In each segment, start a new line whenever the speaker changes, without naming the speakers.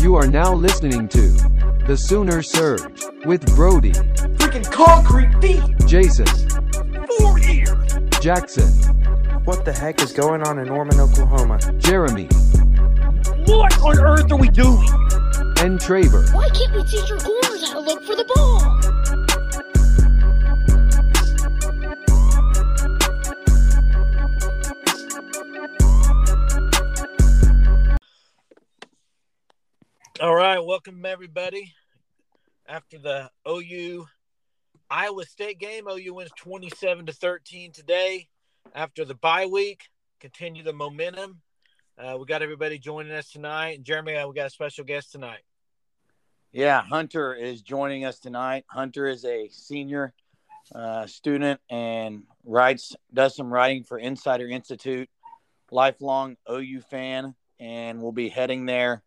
You are now listening to The Sooner Surge with Brody,
Freaking concrete feet.
Jason,
Four years.
Jackson,
What the heck is going on in Norman, Oklahoma?
Jeremy,
What on earth are we doing?
and Traver.
Why can't we teach our corners how to look for the ball?
All right, welcome everybody. After the OU Iowa State game, OU wins 27 to 13 today. After the bye week, continue the momentum. Uh, we got everybody joining us tonight. Jeremy, uh, we got a special guest tonight.
Yeah, Hunter is joining us tonight. Hunter is a senior uh, student and writes, does some writing for Insider Institute, lifelong OU fan, and will be heading there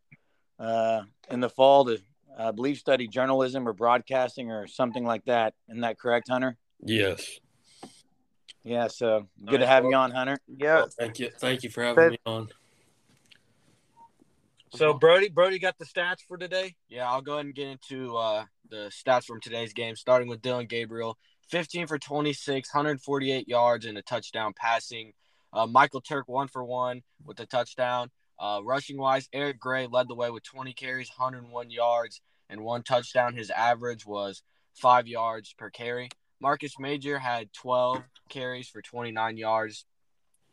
uh, in the fall to, I believe, study journalism or broadcasting or something like that. Isn't that correct, Hunter?
Yes.
Yeah, so good to have you on, Hunter.
Yeah,
Thank you. Thank you for having me on.
So Brody, Brody got the stats for today.
Yeah, I'll go ahead and get into uh, the stats from today's game, starting with Dylan Gabriel 15 for 26, 148 yards, and a touchdown passing. Uh, Michael Turk, one for one with a touchdown. Uh, rushing wise, Eric Gray led the way with 20 carries, 101 yards, and one touchdown. His average was five yards per carry. Marcus Major had 12 carries for 29 yards.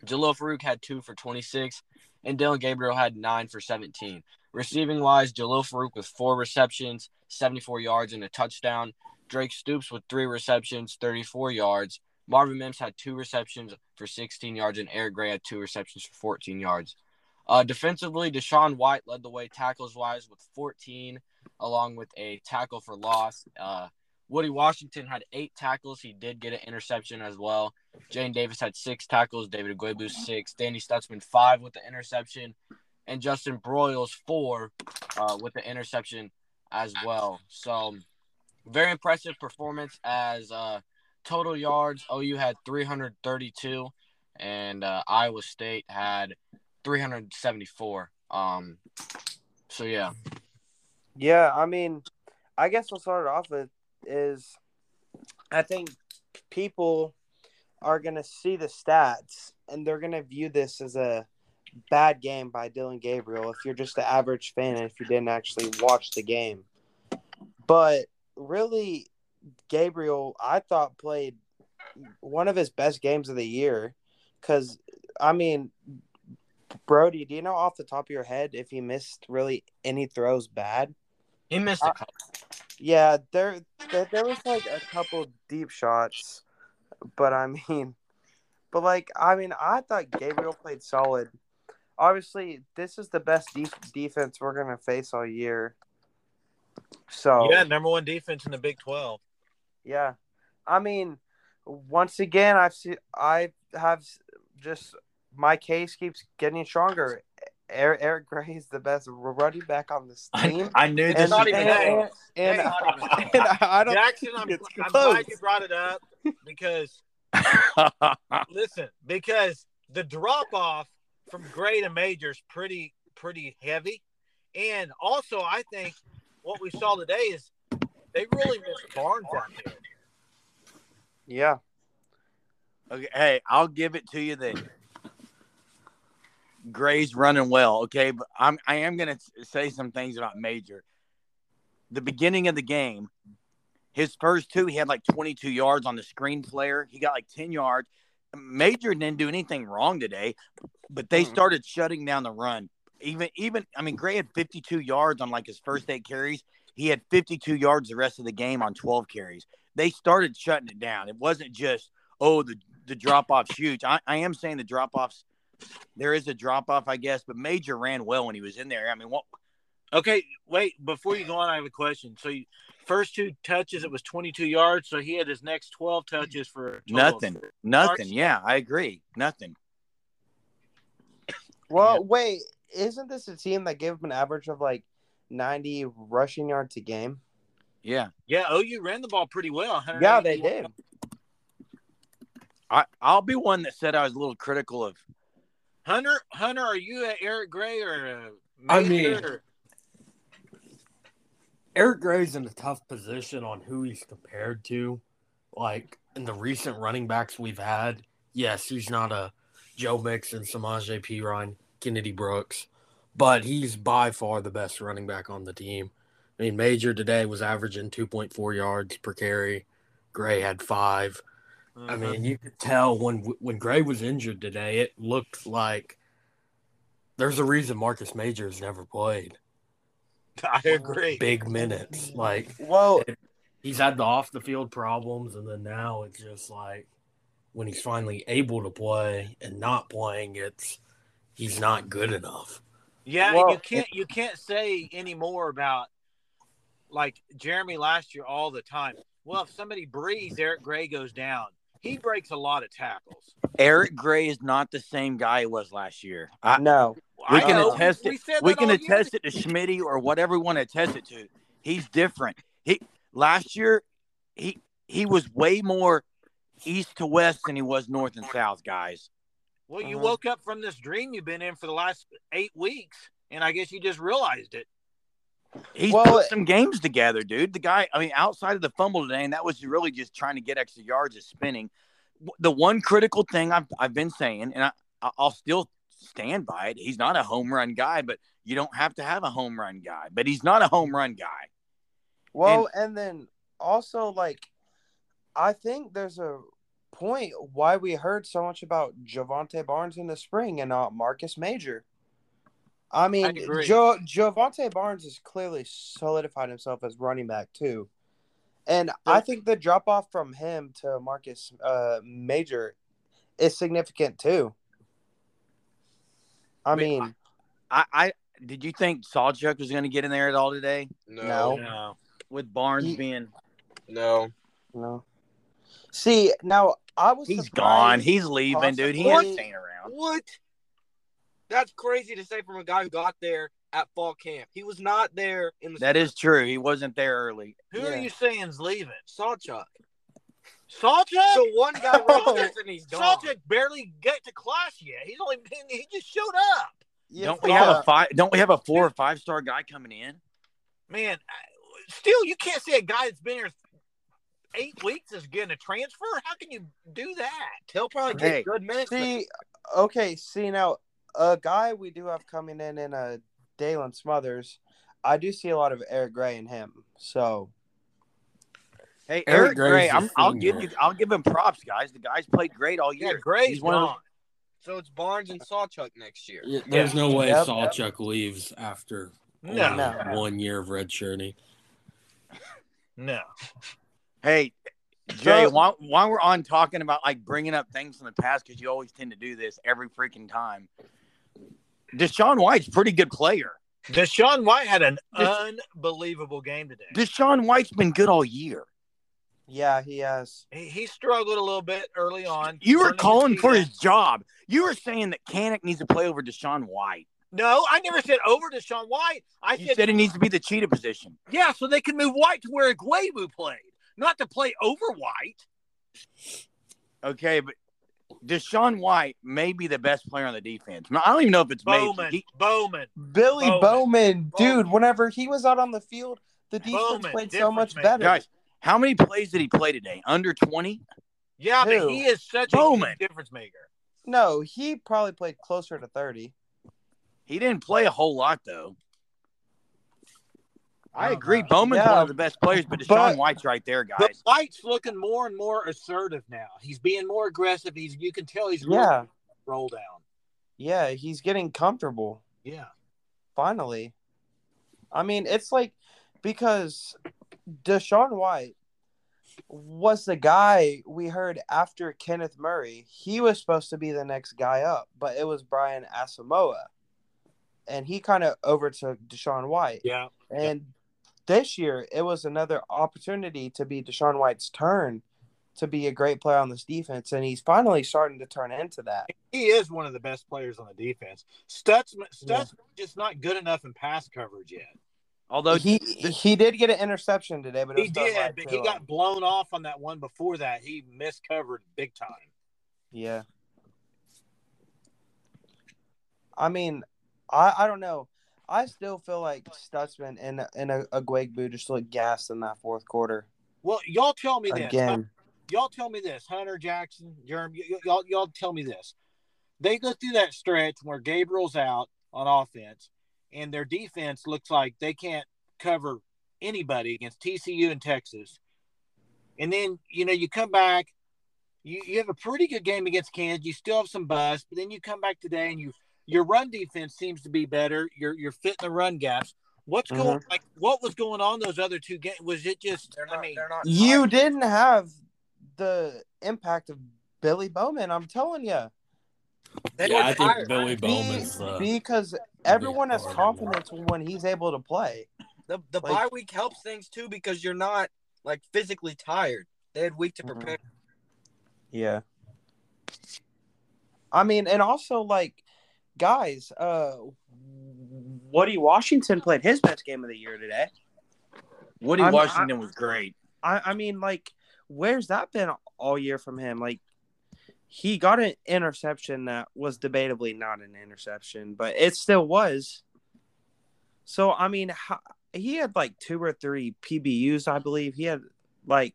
Jalil Farouk had two for 26, and Dylan Gabriel had nine for 17. Receiving wise, Jalil Farouk with four receptions, 74 yards, and a touchdown. Drake Stoops with three receptions, 34 yards. Marvin Mims had two receptions for 16 yards, and Eric Gray had two receptions for 14 yards. Uh, defensively, Deshaun White led the way tackles wise with 14, along with a tackle for loss. Uh, Woody Washington had eight tackles. He did get an interception as well. Jane Davis had six tackles. David Aguebu, six. Danny Stutzman, five with the interception and Justin Broyles four uh, with the interception as well. So very impressive performance as uh, total yards. OU had 332 and uh, Iowa State had 374. Um, so yeah,
yeah. I mean, I guess we'll start it off with is I think people are gonna see the stats and they're gonna view this as a bad game by Dylan Gabriel if you're just the average fan and if you didn't actually watch the game. But really, Gabriel, I thought played one of his best games of the year because I mean. Brody, do you know off the top of your head if he missed really any throws bad?
he missed a couple.
Yeah, there, there there was like a couple deep shots, but I mean, but like I mean, I thought Gabriel played solid. Obviously, this is the best def- defense we're gonna face all year. So
Yeah, number one defense in the Big 12.
yeah, I mean, once again, I've seen I have s- just my case keeps getting stronger. Eric, Eric Gray is the best running back on this team.
I knew
and, e-
not even
and,
that.
and-
It's not even that.
and I don't
Jackson, I'm,
think it's
I'm
close.
glad you brought it up because listen, because the drop off from grade to major is pretty pretty heavy, and also I think what we saw today is they really missed Barnes out there.
Yeah.
Okay, hey, I'll give it to you that Gray's running well. Okay, but I'm I am gonna s- say some things about Major. The beginning of the game, his first two, he had like 22 yards on the screen player. He got like 10 yards. Major didn't do anything wrong today, but they
Mhm.
started shutting down the run. Even even I mean, Gray had 52 yards on like his first eight carries. He had 52 yards the rest of the game on 12 carries. They started shutting it down. It wasn't just oh the the drop off's huge. I, I am saying the drop offs there is a drop off, I guess, but Major ran well when he was in there. I mean, what
Okay, wait. Before you go on, I have a question. So, you, first two touches, it was 22 yards. So he had his next 12 touches for a total of-
nothing. Nothing. Yeah, I agree. Nothing.
Well, wait, isn't this a team that gave up an average of like 90 rushing yards a game?
Yeah.
Yeah, OU ran the ball pretty well. 180
Yeah, they did.
I, I'll be one that said I was a little critical of
Hunter, Hunter, are you a Eric Gray or? a
I
Major
mean-
or-
Eric Gray's in a tough position on who he's compared to. Like in the recent running backs we've had, yes, he's not a Joe Mixon, Samaj P. Ryan, Kennedy Brooks, but he's by far the best running back on the team. I mean, Major today was averaging 2.4 yards per carry. Gray had five.
Uh-huh.
I
Uh-huh.
mean, you could tell when when Gray was injured today, it looked like there's a reason Marcus Major's never played
I agree.
big minutes. Like
Well,
he's had the off the field problems, and then now it's just like when he's finally able to play and not playing, it's he's not good enough.
Yeah,
Well,
and you can't you can't say any more about like Jeremy last year all the time. Well, if somebody breathes, Eric Gray goes down. He breaks a lot of tackles.
Eric Gray is not the same guy he was last year. I,
no.
We
I
can
know.
attest
We said
we
that
can
all year.
attest it to Schmitty or whatever we want to attest it to. He's different. He last year he he was way more east to west than he was north and south, guys. Uh-huh.
Well, you
Mhm.
woke up from this dream you've been in for the last eight weeks, and I guess you just realized it.
He's
Well,
put
it-
some games together, dude. The guy, I mean, outside of the fumble today, and that was really just trying to get extra yards is spinning. W- The one critical thing I've, I've been saying, and I, I- I'll still stand by it, he's not a home run guy, but you don't have to have a home run guy. But he's not a home run guy.
Well, and, then also like I think there's a point why we heard so much about Javante Barnes in the spring and not Marcus Major. I mean,
agree.
jo- Javante Barnes has clearly solidified himself as running back too, and I think the drop off from him to Marcus uh, Major is significant too. I
Wait,
mean,
I, I did you think Sawchuck was going to get in there at all today
No.
No.
No.
with Barnes
He-
being
No.
no. See, now I was
he's gone,
surprised-
he's leaving, dude. He
Possibly-
ain't staying around.
What? That's crazy to say from a guy who got there at fall camp. He was not there in the
That is true. He wasn't there early.
Who
Yeah.
are you saying's leaving?
Sawchuck.
Sawchuck?
So one guy
Oh.
rolls and he's gone.
Sawchuck barely got to class yet. He's only been, he just showed up.
Yeah,
don't we
fuck.
have a five? Don't we have a four or five star guy coming in?
Man, I- still, you can't say a guy that's been here eight weeks is getting a transfer. How can you do that?
He'll probably get
Hey.
good minutes. but
See, okay, see now, a guy we do have coming in in a Dalen Smothers, I do see a lot of Eric Gray in him. So
Hey,
Eric
Eric,
Gray's
Gray,
the
I'm, I'll give
senior.
you, I'll give him props, guys. The guy's played great all
Yeah,
year.
Gray's
He's one of-
gone.
So it's Barnes and Sawchuck next year.
There's no way
Yep.
Sawchuck leaves after
No,
only
no,
No.
one year of red shirting.
Hey, Jay,
So-
while, while we're on talking about like bringing up things from the past, because you always tend to do this every freaking time. Deshaun White's a pretty good player.
Deshaun White had an
Des-
unbelievable game today.
Deshaun White's been good all year.
yeah, he has.
he, he struggled a little bit early on.
You were
Couldn't
calling
see
for
that.
his job. You were saying that Canick needs to play over Deshaun White.
No, I never said over Deshaun White. I
You
said,
said it needs to be the cheetah position.
yeah, so they can move White to where Aguebu played, not to play over White.
Okay, but Deshaun White may be the best player on the defense. I don't even know if it's Major.
Bowman,
He-
Bowman.
Billy
Bowman.
Bowman, dude, whenever he was out on the field, the defense
Bowman,
played so
difference
much
maker.
better.
Guys, how many plays did he play today? Under 20?
Yeah,
Who?
but he is such a
Bowman.
huge difference maker.
No, he probably played closer to 30.
He didn't play a whole lot, though. I
Oh,
agree.
God.
Bowman's
Yeah.
one of the best players, but Deshaun
But-
White's right there,
But
guys.
White's looking more and more assertive now. He's being more aggressive. He's you can tell he's really
Yeah,
roll down.
yeah, he's getting comfortable.
Yeah.
finally. I mean, it's like because Deshaun White was the guy we heard after Kenneth Murray. He was supposed to be the next guy up, but it was Brian Asamoah. And he kind of overtook Deshaun White.
Yeah.
And this year, it was another opportunity to be Deshaun White's turn to be a great player on this defense. And he's finally starting to turn into that.
He is one of the best players on the defense. Stutzman
Yeah.
Stutzman's just not good enough in pass coverage yet.
Although
he he did get an interception today, but it
He
was thrown
did,
right
but
to
he
him.
got blown off on that one before that. He miscovered big time.
Yeah. I mean, I, I don't know. I still feel like Stutzman and and a, a Gwegbu just looked gassed in that fourth quarter
Well, y'all tell me this.
again.
y'all tell me this, Hunter Jackson, Jerm, y- y- y'all y'all tell me this. They go through that stretch where Gabriel's out on offense, and their defense looks like they can't cover anybody against TCU and Texas. And then you know you come back, you, you have a pretty good game against Kansas. You still have some buzz, but then you come back today and you your run defense seems to be better. You're you're fitting the run gaps. What's going
Mm-hmm.
like? What was going on those other two games? Was it just?
They're
I
not.
mean,
They're not.
You didn't have the impact of Billy Bowman. I'm telling you,
they
yeah,
were
I think
tired.
Billy
Be-
Bowman's the
because everyone has
hard to
confidence when he's able to play.
The the
Like-
bye week helps things too because you're not like physically tired. They had week to
Mhm.
prepare.
Yeah. I mean, and also like, guys, uh, Woody Washington played his best game of the year today.
Woody
I'm-
Washington was great.
I, I mean, like, where's that been all year from him? Like, he got an interception that was debatably not an interception, but it still was. So, I mean, how, he had like two or three PBUs, I believe. He had like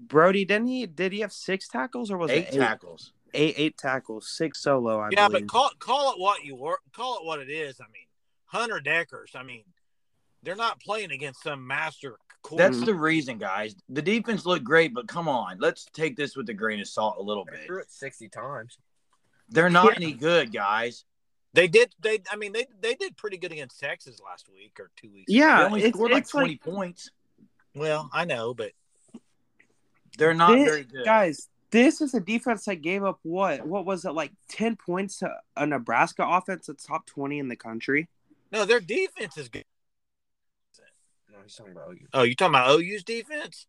Brody, didn't he? Did he have six tackles or was
Eight
it
tackles.
eight, eight tackles, six solo? I
yeah,
believe.
but call call it what you were, call it what it is. I mean, Hunter Deckers. I mean, they're not playing against some master. quarterback.
That's the reason, guys. The defense looked great, but come on, let's take this with a grain of salt a little
They
bit.
threw it sixty times.
They're not any good, guys.
they did. They. I mean, they they did pretty good against Texas last week or two weeks.
They
yeah,
only
it's,
scored like
it's like-
twenty points.
Well, I know, but
They're not
Thi-
very good.
guys. This is a defense that gave up what? What was it like? Ten points to a Nebraska offense that's top twenty in the country.
no, their defense is good.
No, he's talking about you.
Oh, you talking about OU's defense?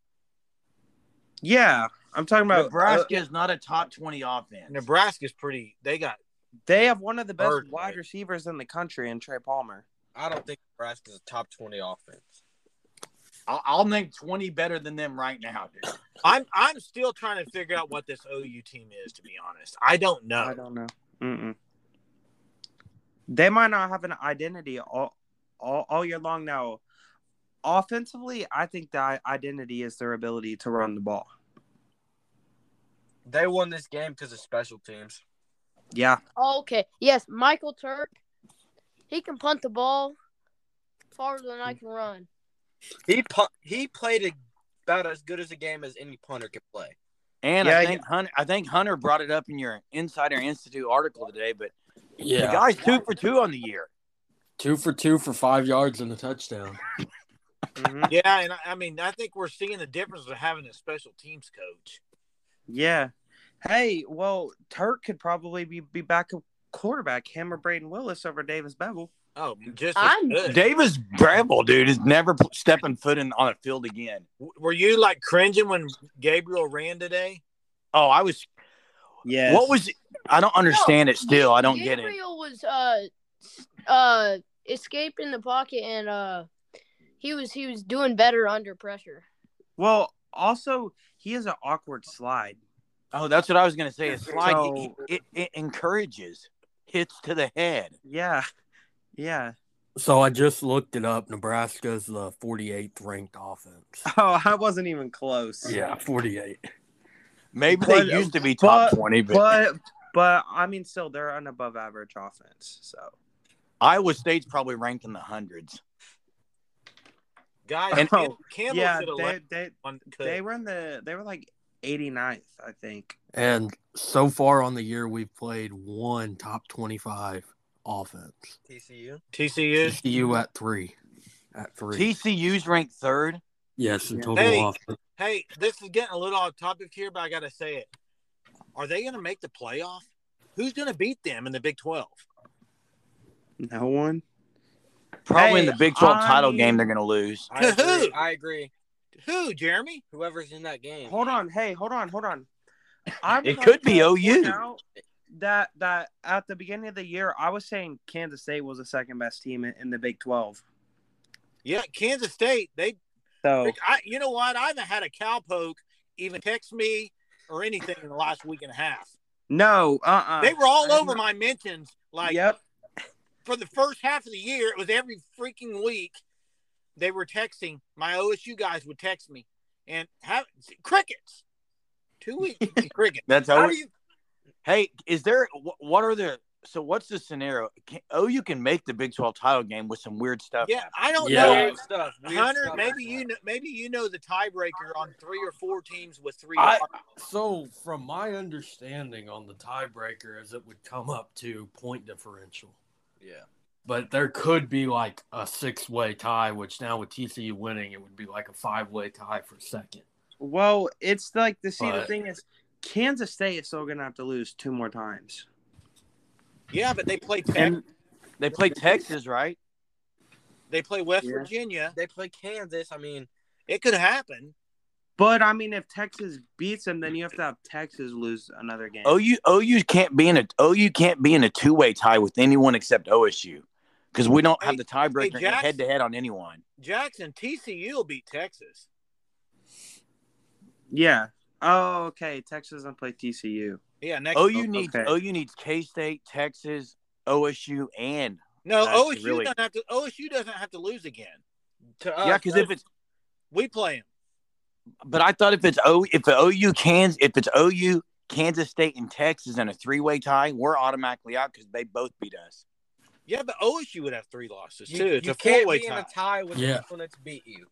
Yeah, I'm talking about uh,
Nebraska is not a top twenty offense.
Nebraska's pretty. They got.
They have one of the best
Bird,
wide
right?
receivers in the country in Trey Palmer.
I don't think Nebraska's a top twenty offense.
I'll, I'll name twenty better than them right now, dude.
I'm I'm still trying to figure out what this OU team is. To be honest, I don't know.
I don't know. Mm-mm. They might not have an identity all, all all year long now. Offensively, I think that identity is their ability to run the ball.
They won this game because of special teams.
Yeah,
Okay. Yes, Michael Turk. He can punt the ball farther than I can run.
He pu- he played a, about as good as a game as any punter could play.
And I
Yeah,
think Hunter, I think Hunter brought it up in your Insider Institute article today. But the
yeah
guy's two for two on the year.
two for two for five yards and a touchdown.
Mm-hmm.
Mhm.
Yeah, and I, I mean, I think we're seeing the difference of having a special teams coach.
yeah. Hey, well, Turk could probably be, be back a quarterback. Him or Braden Willis over Davis Bevel.
Oh, just as
I'm-
good.
Davis Bramble, dude, is never p- stepping foot in on a field again.
W- Were you like cringing when Gabriel ran today?
Oh, I was.
Yeah.
What was? I don't understand it. Still, I don't get it.
Gabriel was uh s- uh escaping the pocket and uh he was he was doing better under pressure.
Well, also he has an awkward slide.
Oh, that's what I was gonna say. It's like
So-
it, it encourages hits to the head.
Yeah, yeah.
So I just looked it up. Nebraska's the 48th ranked offense.
Oh, I wasn't even close.
Yeah, 48.
Maybe
But-
they used to be top
but-
twenty, but,
but but I mean, still they're an above average offense. So
Iowa State's probably ranked in the hundreds.
Guys,
And- Oh,
Cam- Campbell
yeah,
should have
they
left
they
one cook.
they were in the they were like 89th, I think.
And so far on the year, we've played one top 25 offense.
TCU.
TCU.
TCU at three. At three.
TCU's ranked third.
yes, in
Yeah.
total
Hey.
offense.
Hey, this is getting a little off topic here, but I gotta say it. Are they gonna make the playoff? Who's gonna beat them in the Big Twelve?
No one.
Probably in
Hey,
the Big Twelve
I
title
mean-
game, they're gonna lose.
I agree.
Who?
I agree.
Who, Jeremy?
Whoever's in that game.
Hold on, hey, hold on, hold on. I'm
It
trying
could
to
be
point
OU.
out That that at the beginning of the year, I was saying Kansas State was the second best team in, in the Big Twelve.
Yeah, Kansas State. They.
So
I, you know what? I haven't had a cowpoke even text me or anything in the last week and a half.
no, uh, uh
uh-uh.
They were all
I'm-
over my mentions. Like,
yep.
for the first half of the year, it was every freaking week they were texting. My OSU guys would text me and have crickets. Two weeks crickets.
That's
How
how.
do you?
hey, is there? wh- What are the? So what's the scenario? Can, oh, you can make the Big Twelve title game with some weird stuff.
Yeah, I don't
Yeah.
know.
Weird stuff. weird
Hunter,
stuff.
maybe you know, maybe you know the tiebreaker on three or four teams with three.
I- So, from my understanding on the tiebreaker, is it would come up to point differential,
Yeah.
but there could be like a six-way tie, which now with TCU winning, it would be like a five-way tie for second.
Well, it's like the see the
But-
thing is, Kansas State is still gonna have to lose two more times.
yeah, but they play Tech,
and they play Texas, right?
they play West
Yeah.
Virginia.
They play Kansas. I mean,
It could happen.
But I mean, if Texas beats them, then you have to have Texas lose another game.
OU OU can't be in a OU can't be in a two way tie with anyone except OSU because we don't have the tiebreaker
Jackson.
head to head on anyone.
Jackson, TCU will beat Texas.
yeah. Oh, okay. Texas doesn't play TCU.
Yeah, next.
OU needs
okay.
OU needs K State, Texas, OSU, and
no,
that's
OSU
really-
doesn't have to. OSU doesn't have to lose again. Uh,
to us,
yeah. Because if it's
We play them.
but I thought if it's O if the OU cans if it's OU Kansas State and Texas in a three way tie, we're automatically out because they both beat us.
Yeah, but OSU would have three losses
you,
too. It's
you
a
can't
four-way
be
tie.
in a tie with
Yeah.
the people that's beat you.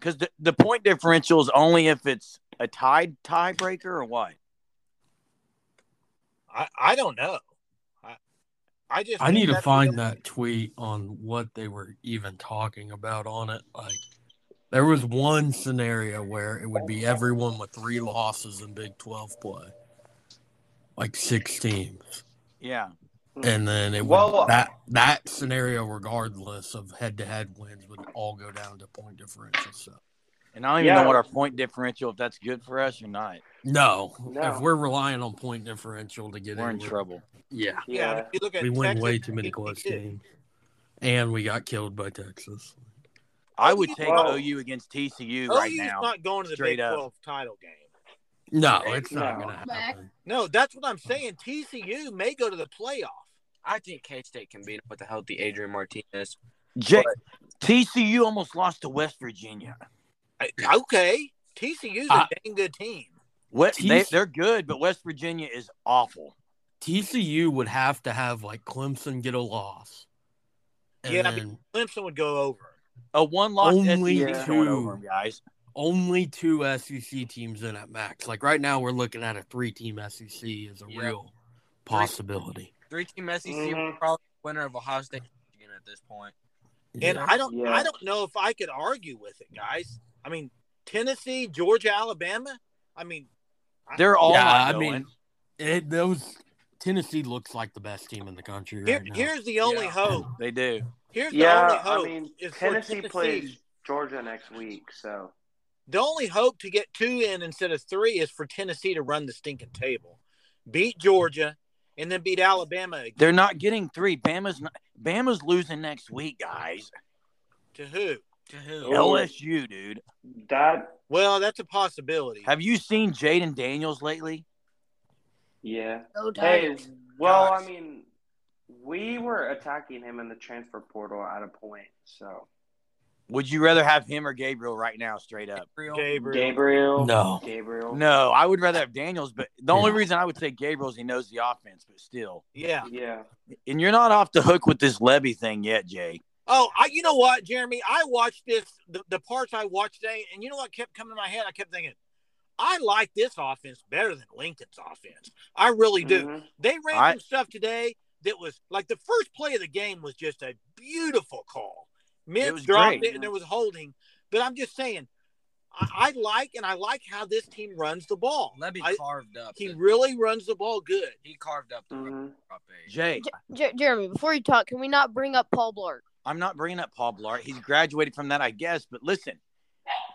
Because the, the point differential is only if it's a tied tiebreaker or what.
I, I don't know. I, I just
I need to
that's
find
the-
that tweet on what they were even talking about on it. Like, there was one scenario where it would be everyone with three losses in Big 12 play, like six teams.
Yeah,
Hmm.
And then it would,
uh
Well-
that that scenario, regardless of head to head wins, would all go down to point differential. So,
and I don't even
Yeah.
know what our point differential if that's good for us or not.
no,
No.
if we're relying on point differential to get
We're in
we're-
trouble.
Yeah,
Yeah, but if you look at
we win
Texas,
way too many
it-
close
it-
games, and we got killed by Texas.
I would take
Whoa.
OU against
OU's
TCU right now.
not going to the
straight
Big
up.
12 title game.
No, it's not
No.
gonna happen.
No, that's what I'm saying. TCU may go to the playoff.
I think K State can beat them with the healthy Adrian Martinez.
J- TCU almost lost to West Virginia.
I- Okay, TCU's a
I-
dang good team.
What they,
TC
they're good, but West Virginia is awful.
TCU would have to have like Clemson get a loss. And
Yeah, but-
then
Clemson would go over.
A one loss
Only
SEC going
two.
over 'em, guys.
only two SEC teams in at max. Like right now, we're looking at a three team SEC as a
Yeah.
real possibility.
Three team E SEC
Mhm.
probably winner of Ohio State Michigan at this point.
And
Yeah.
I don't
Yeah.
I don't know if I could argue with it, guys. I mean, Tennessee, Georgia, Alabama. I mean,
They're all.
Yeah,
not
I mean,
going.
it, those Tennessee looks like the best team in the country
here,
right now.
here's the only
Yeah.
hope.
they do.
Here's the only
Yeah, I
hope.
mean,
is for
Tennessee
Tennessee.
plays Georgia next week, so
The only hope to get two in instead of three is for Tennessee to run the stinking table, beat Georgia, and then beat Alabama again.
They're not getting three. Bama's not, Bama's losing next week, guys.
to who?
To who?
Nope.
LSU, dude.
Oh, that
Well, that's a possibility.
Have you seen Jaden Daniels lately?
yeah.
No title.
Hey, well,
Gosh.
I mean, we were attacking him in the transfer portal at a point, so
Would you rather have him or Gabriel right now, straight up?
Gabriel.
Gabriel,
No.
Gabriel,
No, I would rather have Daniels, but the only
Yeah.
reason I would say Gabriel is he knows the offense, but still.
Yeah.
yeah,
And you're not off the hook with this Levy thing yet, Jay.
Oh, I, you know what, Jeremy? I watched this, the, the parts I watched today, and you know what kept coming to my head? I kept thinking, I like this offense better than Lincoln's offense. I really do.
Mhm.
They ran
I-
some stuff today that was like the first play of the game was just a beautiful call.
It
Mims
was
dropped
great.
it and there was holding. But I'm just saying, I, I like and I like how this team runs the ball.
Levy
I-
carved up.
he
the-
really runs the ball good.
he carved up the
Mhm.
top eight.
Jay,
Jer- Jeremy, before you talk, can we not bring up Paul Blart?
I'm not bringing up Paul Blart. He's graduated from that, I guess. But listen,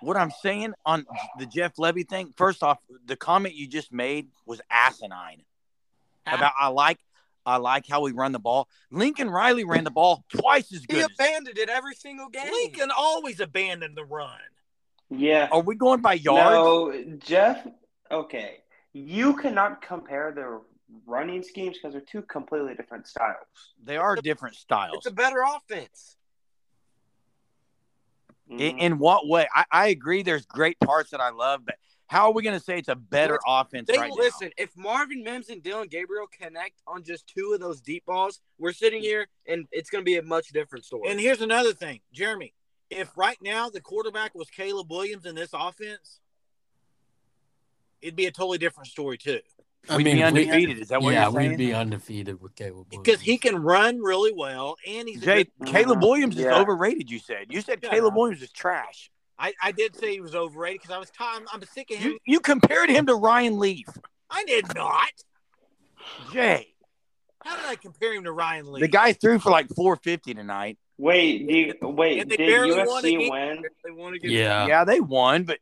what I'm saying on the Jeff Levy thing, first off, the comment you just made was asinine. About I like, I like how we run the ball. Lincoln Riley ran the ball twice as
He
good. as-
abandoned it every single game.
Lincoln always abandoned the run.
yeah.
Oh,
Are we going by yards?
No, Jeff. Okay, you cannot compare the
running schemes because they're two completely different styles.
They are different styles.
It's a better offense.
In, in what way? I, I agree. There's great parts that I love, but how are we going to say it's a better offense
They
right
listen. If Marvin Mims and Dylan Gabriel connect on just two of those deep balls, we're sitting here and it's going to be a much different story.
And here's another thing, Jeremy. If right now the quarterback was Caleb Williams in this offense, it'd be a totally different story too.
now? We'd be undefeated. Is that what
yeah,
you're saying?
we'd be undefeated with Caleb Williams.
Because he can run really well and he's a
Jay,
good-
Caleb Williams is
Yeah.
overrated. You said. You said
Yeah.
Caleb Williams is trash.
I, I did say he was overrated because I was tired. I'm sick of him.
You you compared him to Ryan Leaf.
I did not.
Jay,
How did I compare him to Ryan Lee?
the guy threw for like 450 tonight.
Mm-hmm.
Wait, do you, wait,
And they
did
barely won a game.
UFC win?
They want to get
yeah.
yeah, they won, but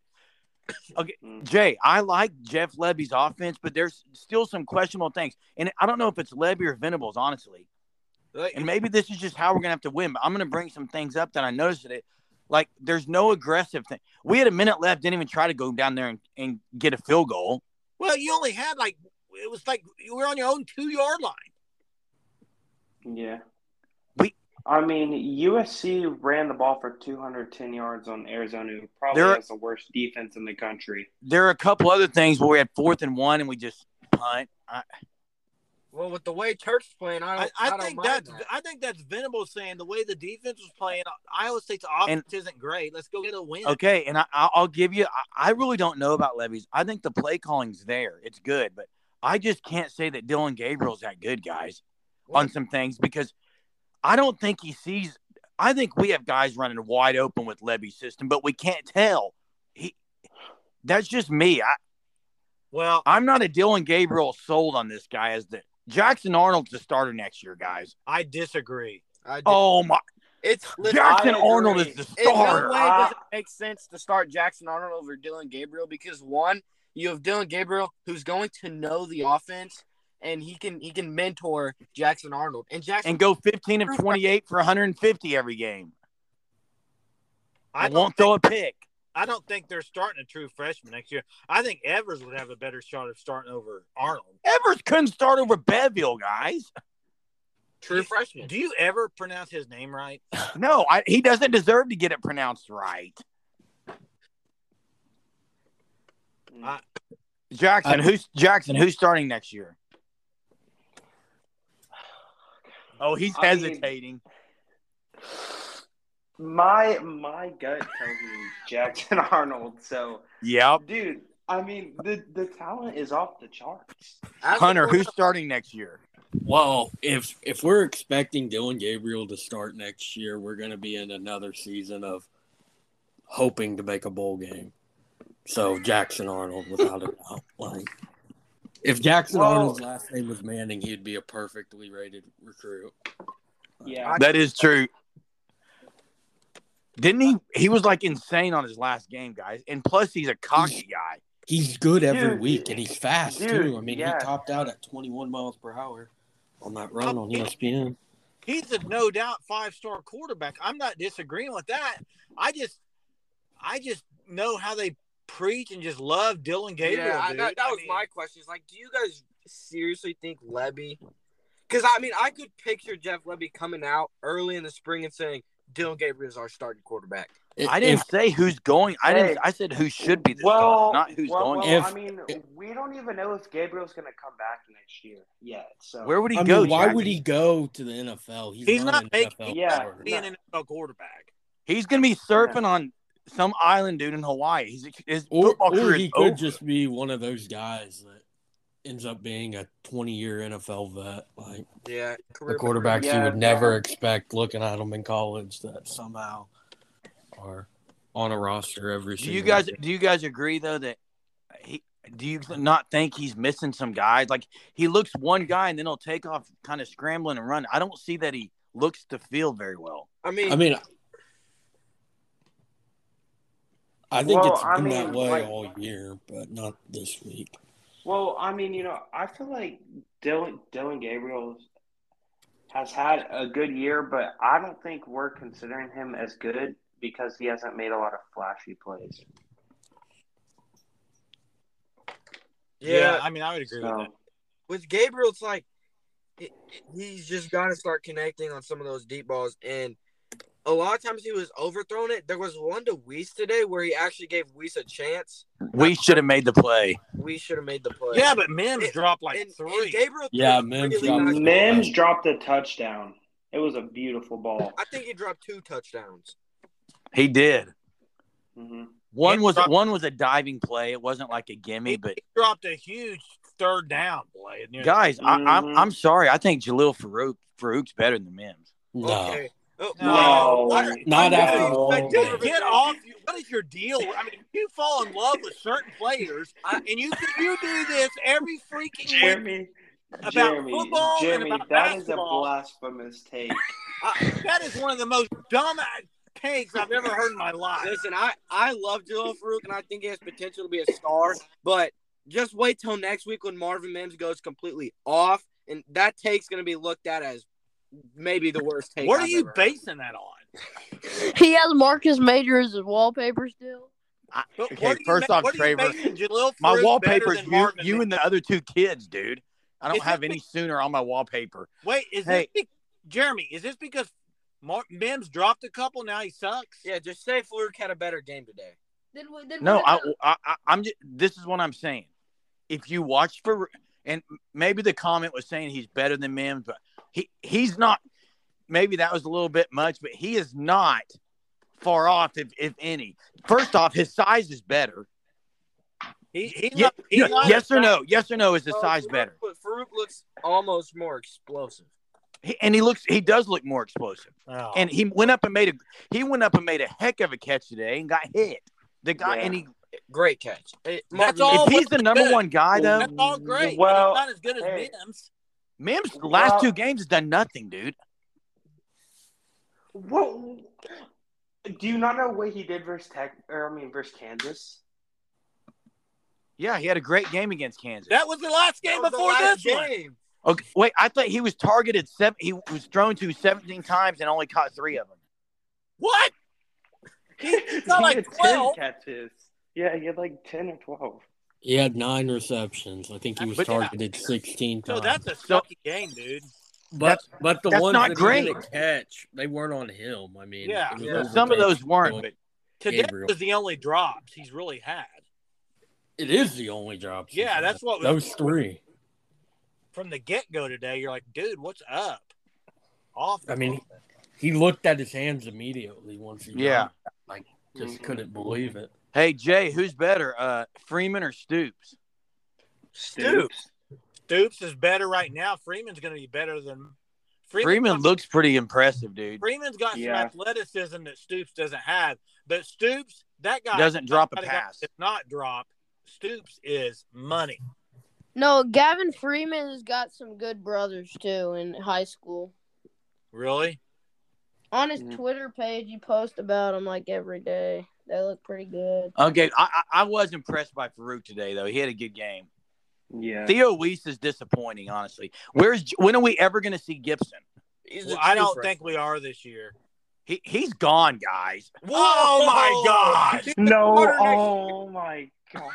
okay,
Mm-hmm.
Mm.
Jay, I like Jeff Levy's offense, but there's still some questionable things, and I don't know if it's Levy or Venables, honestly.
Like,
And maybe this is just how we're gonna have to win. But I'm gonna bring some things up that I noticed today. Like, there's no aggressive thing. We had a minute left, didn't even try to go down there and, and get a field goal.
well, you only had like it was like you were on your own two yard line.
Yeah.
We-
I mean, USC ran the ball for 210 yards on Arizona, who probably
There-
has the worst defense in the country.
There are a couple other things where we had fourth and one, and we just punt. I,
Well, with the way Turk's playing, I
I,
don't,
I,
don't
think
mind
that's
that.
I think that's Venables saying the way the defense was playing. Iowa State's offense isn't great. Let's go get a win.
Okay, and I, I- I'll give you. I, I really don't know about Levy's. I think the play calling's there; it's good, but I just can't say that Dylan Gabriel's that good, guys, on some things because I don't think he sees. I think we have guys running wide open with Levy's system, but we can't tell. He, that's just me. I,
Well,
I'm not a Dylan Gabriel sold on this guy as the Jackson Arnold's the starter next year, guys.
I disagree.
I do.
Oh my!
it's listen,
Jackson
I
Arnold
agree.
is the
In no
starter.
way
Ah.
does it make sense to start Jackson Arnold over Dylan Gabriel because one, you have Dylan Gabriel who's going to know the offense and he can he can mentor Jackson Arnold and Jackson.
And go 15 of 28 for 150 every game.
I
I
don't
won't throw a pick.
I don't think they're starting a true freshman next year. I think Evers would have a better shot of starting over Arnold.
Evers couldn't start over Beville, guys.
true freshman.
Do you ever pronounce his name right?
No, I, he doesn't deserve to get it pronounced right.
I-
Jackson, who's Jackson? Who's starting next year? Oh, he's
I mean-
hesitating.
My my gut tells me Jackson Arnold. So,
yep.
dude, I mean, the the talent is off the charts.
As a
Hunter,
quarter-
who's starting next year?
Well, if if we're expecting Dylan Gabriel to start next year, we're going to be in another season of hoping to make a bowl game. So Jackson Arnold, without a doubt, like if Jackson
Well-
Arnold's last name was Manning, he'd be a perfectly rated recruit.
Yeah.
That is true. Didn't he? He was like insane on his last game, guys. And plus, he's a cocky guy.
He's good every
Dude,
week, and he's fast
dude,
too. I mean,
yeah.
he topped out at 21 miles per hour on that run on E ESPN.
He's a no doubt five star quarterback. I'm not disagreeing with that. I just I just know how they preach and just love Dylan Gabriel.
yeah, I-
dude.
that, that
I
was
mean,
my question. It's like, do you guys seriously think Levy? Because I mean, I could picture Jeff Levy coming out early in the spring and saying Dylan Gabriel is our starting quarterback.
I didn't say who's going. I
Hey.
didn't. I said who should be the
Well,
starter, not who's
well,
going.
well,
If-
I mean, we don't even know if Gabriel's going to come back next year yet. So
Where would he
I
go?
mean, why
Jackson?
would he go to the NFL?
He's not
an
making-
NFL
Yeah.
starter.
being an NFL quarterback.
He's gonna be surfing on some island, dude, in Hawaii. He's, his
Or,
football
or
career
he
is
could
over.
just be one of those guys that ends up being a 20 year NFL vet, like
Yeah,
the
career
quarterbacks you
Yeah,
would never
yeah.
expect looking at them in college that somehow are on a roster every
do
single
you guys
year.
do you guys agree though that he do you not think he's missing some guys? Like he looks one guy and then he'll take off, kind of scrambling and run. I don't see that he looks to field very well.
I mean,
I mean, I think
Well,
it's been
I
that
mean,
way
like-
all year, but not this week.
Well, I mean, you know, I feel like Dylan Dylan Gabriel has had a good year, but I don't think we're considering him as good because he hasn't made a lot of flashy plays.
Yeah,
yeah,
I mean I would agree with
So
that.
with Gabriel, it's like it- it- he's just got to start connecting on some of those deep balls. And a lot of times he was overthrowing it. There was one to Weiss today where he actually gave Weiss a chance.
We should have made the play.
We should have made the play.
Yeah, but Mims
It-
dropped like
and,
three.
and Gabriel. threw
Yeah,
a
Mims
really
dropped-
nice
Mims
ball.
dropped a touchdown. It was a beautiful ball.
I think he dropped two touchdowns.
He did.
hmm
One
He
was
dropped-
one was a diving play. It wasn't like a gimme,
He-
but
he dropped a huge third down play. near the-
guys, I,
Mhm.
I'm I'm sorry. I think Jaleel Farouk Farouk's better than Mims.
No.
Okay. Oh,
No.
what-
Not
I
after
never
all
expected
Dude,
that.
Gabriel-
get off! you- What is your deal? I mean, you fall in love with certain players, and you you do this every freaking week.
Jeremy,
About
Jeremy,
football and
Jeremy,
about
that is a
basketball.
blasphemous take.
I- that is one of the most dumb takes I've ever heard in my life.
Listen, I I love Jalil Farouk, and I think he has potential to be a star. But just wait till next week when Marvin Mims goes completely off, and that take's going to be looked at as maybe the worst take.
What are
I've
you
ever heard.
basing that on?
He has Marcus Major as his wallpaper still.
But
Okay,
what are you
first
ma-
off,
what are you
Trevor,
basing Jalil
My
Farouk better
wallpaper's
than
you,
Marvin
you
Mims?
and the other two kids, dude. I
Is
don't
this
have any sooner on my wallpaper.
Wait, is
Hey.
this be- Jeremy? Is this because Mar- Mims dropped a couple? Now he sucks.
Yeah, just say Farouk had a better game today.
Then, we- then
No,
what
I,
about-
I, I I'm just, this is what I'm saying. If you watch for and maybe the comment was saying he's better than Mims, but he he's not. Maybe that was a little bit much, but he is not far off, if if any. First off, his size is better.
He, he,
Ye-
he-
ye-
he-
yes or no? Yes or no? Is the
Oh,
size
Farouk-
better?
But Farouk looks almost more explosive.
He, and he looks. He does look more explosive.
Oh.
and he went up and made a he went up and made a heck of a catch today and got hit. The guy
Yeah.
and he
Great catch. Hey,
That's
Marvin
all-
if he's the
well,
number
good.
one guy though,
that's all great. but
Well,
he's not as good as
hey.
Mims.
Mims the last
Well-
two games has done nothing, dude.
What? Do you not know what he did versus Tech? Or I mean, versus Kansas.
Yeah, he had a great game against Kansas.
That was the last
That
game
was the
before
last
this one.
game.
okay, wait, I thought he was targeted seven. He was thrown to seventeen times and only caught three of them.
What?
He
not like
had
12.
ten catches. Yeah, he had like ten or twelve.
He had nine receptions. I think he was
But-
targeted 16
So
times.
that's a sucky game, dude.
but but the
that's
ones
not
that
great.
he didn't catch, they weren't on him. I mean,
Yeah.
it was
Yeah.
Some of
overthrown.
those weren't, but
Today
Gabriel.
was the only drops he's really had.
it is the only drop. he's
Yeah,
had.
that's what was
those three.
from the get go today. You're like, dude, what's up? Off.
I mean, he looked at his hands immediately once he
Yeah.
got it. like just
Mm-hmm.
Mhm.
couldn't believe it.
hey Jay, who's better, uh, Freeman or Stoops?
Stoops. Stoops is better right now. Freeman's going to be better than Freeman's
Freeman
got-
looks pretty impressive, dude.
Freeman's got
Yeah.
some athleticism that Stoops doesn't have, but Stoops, that guy
Doesn't drop a
that guy
pass.
Does not drop. Stoops is money.
no, Gavin Freeman has got some good brothers too in high school.
Really?
On his
Mhm.
Twitter page, he posts about them like every day. They look pretty good.
Okay, I, I I was impressed by Farouk today though. He had a good game.
Yeah.
Theo Weiss is disappointing, honestly. Where's when are we ever going to see Gibson?
He's a
Well, I don't
trooper.
think we are this year.
He he's gone, guys.
Whoa, oh my gosh.
No.
Carter next-
Oh my god.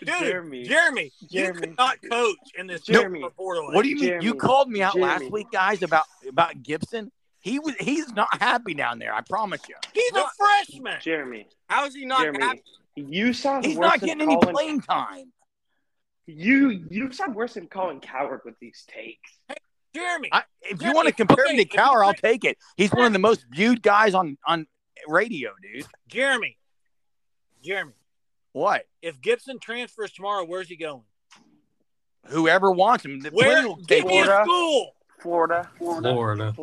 Dude,
Jeremy.
Jeremy, you
Jeremy.
cannot coach in this
Jeremy.
transfer portal.
What do you mean? You
Jeremy,
called me out
Jeremy.
last week, guys, about about Gibson. He was he's not happy down there. I promise you.
He's a freshman.
Jeremy.
How is he not
Jeremy.
happy?
You sound
He's
worse
not
than
getting any
Colin-
playing time.
You you sound worse than Colin Coward with these takes.
Jeremy,
I, if you
Jeremy,
want to compare him to
okay, if you
Cowher, I'll
say-
take it. He's one of the most viewed guys on on radio, dude.
Jeremy, Jeremy.
What?
If Gibson transfers tomorrow, where's he going?
Whoever wants him, the
Where?
plenty will take
Give me
him.
a
Florida.
school.
Florida.
Florida.
Florida.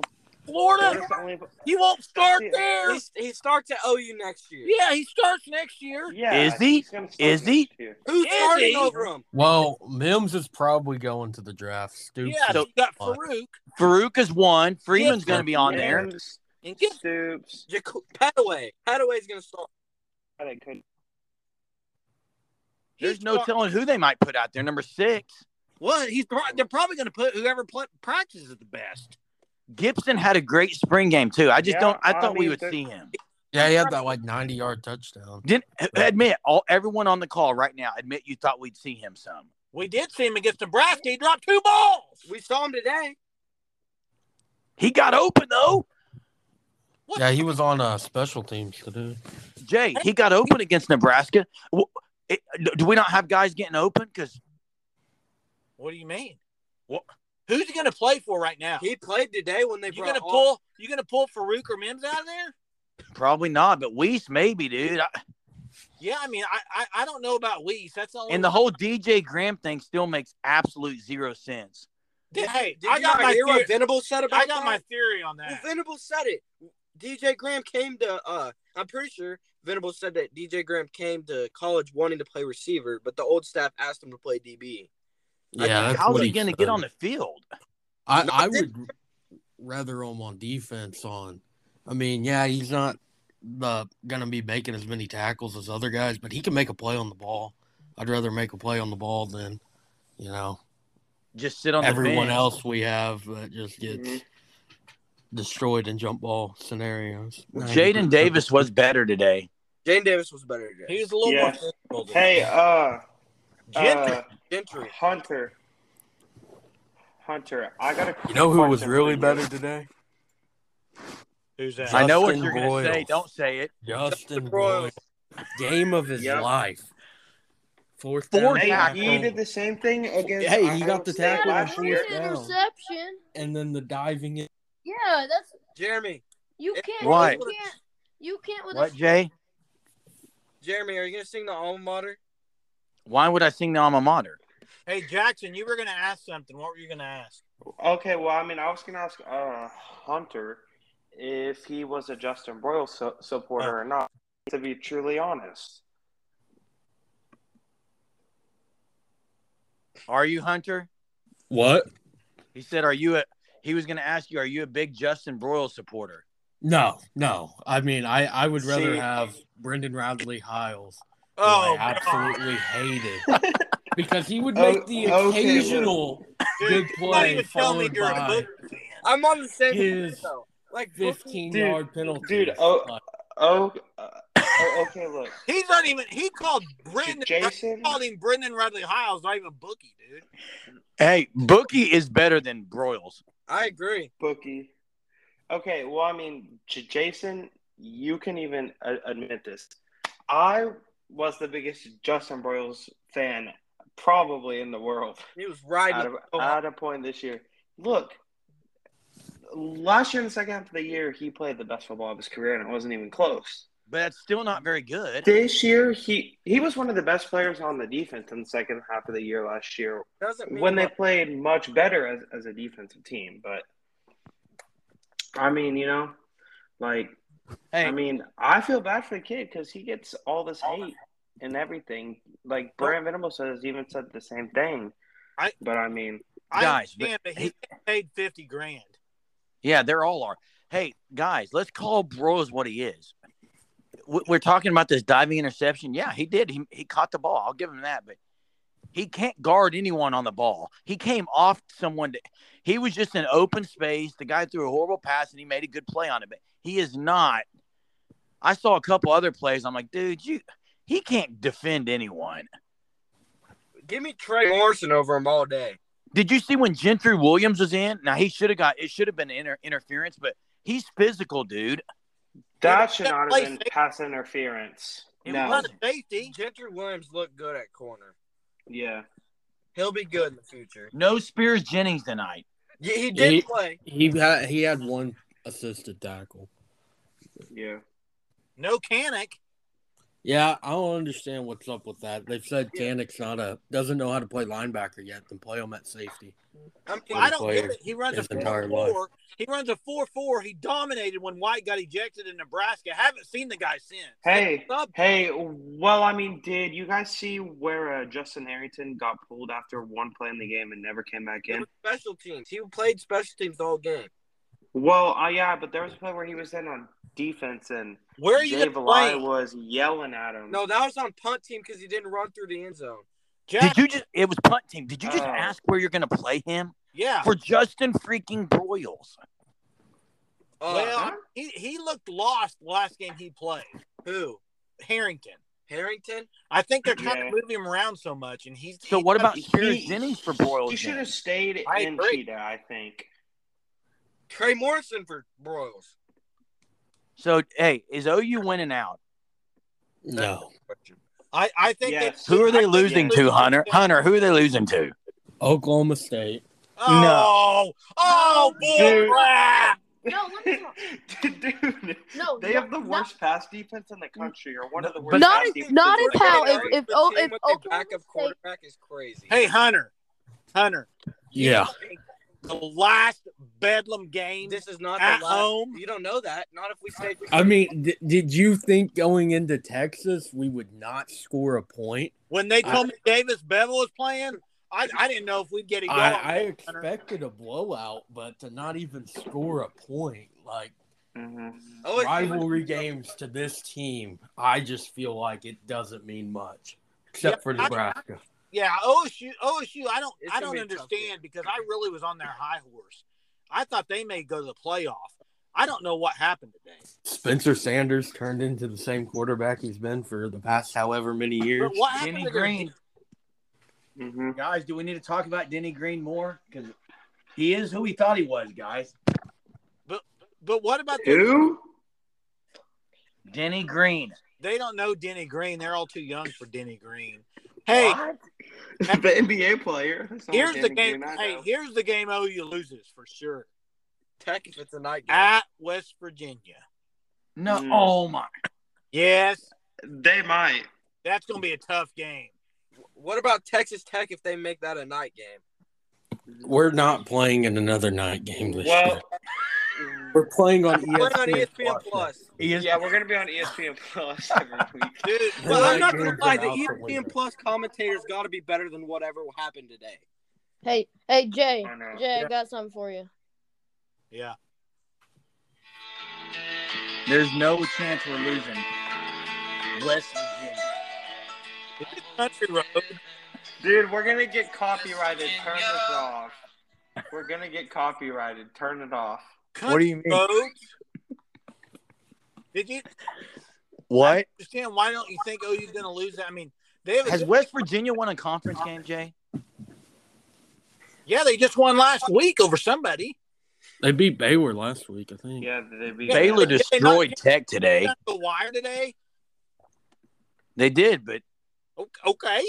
Florida's the only-
He won't start
Yeah.
there.
He, he starts at OU next year.
Yeah, he starts next year.
Yeah.
Is he?
he's gonna start
Is he?
next year.
Who's
Is he?
starting over him?
Well, Mims is probably going to the draft. Stoops.
Yeah,
is-
so you got Farouk
Farouk is one. Freeman's
Gibson.
going to be on there.
Mims,
And get
Stoops.
Jaco- Hadaway. Hadaway's going to start.
God, I couldn't.
There's
He's
no
got-
telling who they might put out there. Number six.
Well, he's pro- they're probably going to put whoever pl- practices the best.
Gibson had a great spring game too. I just
Yeah,
don't. I
I
thought we
mean,
would
they're-
see him.
yeah, he had that like ninety yard touchdown.
Didn't admit all everyone on the call right now. Admit you thought we'd see him some.
We did see him against Nebraska. He dropped two balls.
We saw him today.
He got open though.
Yeah, he was on uh, special teams today.
Jay, he got open against Nebraska. W- it- Do we not have guys getting open? Because
What do you mean?
What?
Who's he gonna play for right now?
He played today when they
you
brought
gonna
all-
pull? You gonna pull Farouk or Mims out of there?
probably not, but Weiss maybe, dude. I-
Yeah, I mean, I I, I don't know about Weiss. That's the only
And the whole DJ Graham thing still makes absolute zero sense.
Did, hey,
Did
I
you
got
not
my
hear what
theory,
Venable said about
I got
that?
my theory on
Well,
that.
Venable said it. DJ Graham came to. uh I'm pretty sure Venable said that DJ Graham came to college wanting to play receiver, but the old staff asked him to play DB.
Yeah, that's
How's
what
he going to get
said.
on the field?
I,
No,
I
I
would rather him on defense. On, I mean, yeah, he's not uh, gonna be making as many tackles as other guys, but he can make a play on the ball. I'd rather make a play on the ball than, you know,
Just sit on the
everyone
bench.
else we have that just gets
Mhm.
destroyed in jump ball scenarios.
Jaden Davis was better today.
Jane Davis was better today.
He was a little
Yeah.
more. physical than-
Hey, uh,
Gentry.
uh,
Gentry.
Hunter. Hunter, I got a
You know who was
question for
really
you.
better today?
who's that?
I know what
Justin
you're going to say.
Broyles.
Don't say it.
Justin
Broyles.
Broyles. Game of his
Yep.
life. Fourth
Four
down
Hey,
tackle.
he did the same thing against.
Hey, he
Iowa
got the
State
Yeah,
tackle on
last
that's
year.
fourth
an
down.
interception.
and then the diving in.
Yeah, that's
Jeremy.
you
It-
can't.
Why?
You can't. You can't with
What,
a,
Jay?
Jeremy, are you gonna sing the alma mater?
Why would I sing the alma mater?
Hey, Jackson, you were gonna ask something. What were you gonna ask?
Okay, well, I mean, I was gonna ask uh, Hunter if he was a Justin Broyles su- supporter or not. To be truly honest,
Are you Hunter?
What?
He said, "Are you a?" He was going to ask you, "Are you a big Justin Broyles supporter?"
No, no. I mean, I, I would rather
See?
have Brendan Radley Hiles. who
Oh, God.
I absolutely hated because he would
Oh,
make
okay,
the
well-
occasional
Dude,
good
don't
play
even tell me
followed
you're a
by
Booker fan.
I'm on the same
His-
page, though. Like fifteen.
fifteen
Dude,
yard penalty.
dude, oh- oh, uh, oh okay, look,
He's not even. He called Brendan.
Jason.
He called him Brendan Radley Hiles, not even Bookie, dude.
Hey, Bookie is better than Broyles.
I agree.
Bookie. Okay, well, I mean, J- Jason, you can even uh, admit this. I was the biggest Justin Broyles fan probably in the world
He was riding.
at
the-
a, at a point this year. Look, last year in the second half of the year, he played the best football of his career, and it wasn't even close.
But that's still not very good.
This year, he he was one of the best players on the defense in the second half of the year last year
Doesn't mean
when they
much.
played much better as, as a defensive team. But I mean, you know, like
Hey,
I mean, I feel bad for the kid because he gets all this hate and everything. Like Brian Venable says, even said the same thing.
I-
but I mean,
I
Guys, but
understand, but he,
he-
paid fifty grand.
yeah, they're all are. Hey, guys, let's call Broyles what he is. We- We're talking about this diving interception. Yeah, he did. He he caught the ball. I'll give him that. But he can't guard anyone on the ball. He came off someone. To, he was just in open space. The guy threw a horrible pass and he made a good play on it. But he is not. I saw a couple other plays. I'm like, dude, you. He can't defend anyone.
Give me Trey Morrison over him all day.
Did you see when Gentry Williams was in? Now he should have got it should have been inter- interference, but he's physical, dude.
that
they
should not
play
have been
safe.
pass interference.
It
no,
was a safety.
Gentry Williams looked good at corner.
yeah,
He'll be good in the future.
No Spears Jennings tonight.
Yeah, he did
He-
play.
He had he had one assisted tackle.
yeah.
No Canick.
Yeah, I don't understand what's up with that. They've said Canick's not a doesn't know how to play linebacker yet. Then play him at safety.
I mean,
I don't get
player
it. He runs a
his entire
four
life.
four. He runs a four four. He dominated when White got ejected in Nebraska. Haven't seen the guy since.
Hey,
Sub-
hey. Well, I mean, did you guys see where uh, Justin Harrington got pulled after one play in the game and never came back
It
in?
was special teams. He played special teams the whole game.
Well, uh, yeah, but there was a play where he was in on defense and
Where are you
Jay
gonna
Valai
play?
was yelling at him.
No, that was on punt team because he didn't run through the end zone.
Jack-
Did you just? It was punt team. Did you just
Oh.
ask where you're going to play him
yeah.
for Justin freaking Broyles?
Uh,
uh, Well, he, he looked lost last game he played. Who? Harrington. Harrington. I think they're trying to
Yeah.
move him around so much, and he's
So
he's
what
gotta
about
be
Kira
He-
Jennings for Broyles?
He should have stayed
I
in
agree.
Cheetah, I think.
Trey Morrison for Broyles?
So hey, is OU winning out?
No.
I I think they-
Yes.
Who are
I
they
think
losing to, Hunter? Hunter, who are they losing to?
Oklahoma State.
Oh, oh, bull
Dude.
crap!
No, let me talk.
Dude,
No,
they
no,
have the
no.
worst pass defense in the
Mm.
country, or one of the worst.
Not
pass
if,
defenses
not
in
if
the
Hal if
country.
if oh if Oklahoma
backup
State
quarterback is crazy.
Hey, Hunter, Hunter,
Yeah.
the last Bedlam game
this is not
at
the last.
home.
You don't know that. Not if we stay.
I mean, d- did you think going into Texas we would not score a point?
When they told
I-
me Davis Bevel was playing, I, I didn't know if we'd get a yard.
I, I expected a blowout, but to not even score a point, like
Mhm.
Oh,
rivalry games to this team, I just feel like it doesn't mean much, except
Yeah,
for
I-
Nebraska.
yeah, OSU, OSU. I don't,
It's
I
gonna
don't
be a tough
understand because I really was on their high horse. I thought they may go to the playoff. I don't know what happened today.
Spencer Sanders turned into the same quarterback he's been for the past however many years.
But what happened
Denny
to their
Green.
Mhm.
Guys, do we need to talk about Denny Green more? Because he is who he thought he was, guys.
But what about their,
Who?
Denny Green.
they don't know Denny Green? They're all too young for Denny Green. Hey,
What? the NBA player. That's the only
here's the
Danny
game.
Green I
Hey,
know.
here's the game OU loses for sure
Tech if it's a night game.
at West Virginia.
No,
Mm.
oh my.
Yes,
they might.
that's going to be a tough game.
what about Texas Tech if they make that a night game?
We're not playing in another night game this
Well,
year. We're playing on E
Put it on E
ESPN.
ESPN Plus.
yeah, we're gonna be on E ESPN Plus every week.
Dude,
The
well,
night
I'm not
game's
gonna
been
lie. The E
out the window.
ESPN Plus commentators got to be better than whatever happened today.
Hey, hey Jay,
I know.
Jay, I got something for you.
Yeah.
There's no chance we're losing. West Virginia.
Country road.
Dude, we're gonna get copyrighted. Turn this off. We're gonna get copyrighted. Turn it off.
Country
do you mean?
roads. Did you
What?
understand why don't you think OU's going to lose that? I mean, they have a
Has West Virginia won a conference game, Jay?
Yeah, they just won last week over somebody.
They beat Baylor last week, I think.
Yeah, they beat
Baylor
Did they not
destroyed
get-
Tech today.
Got The wire today.
They did, but
O- Okay,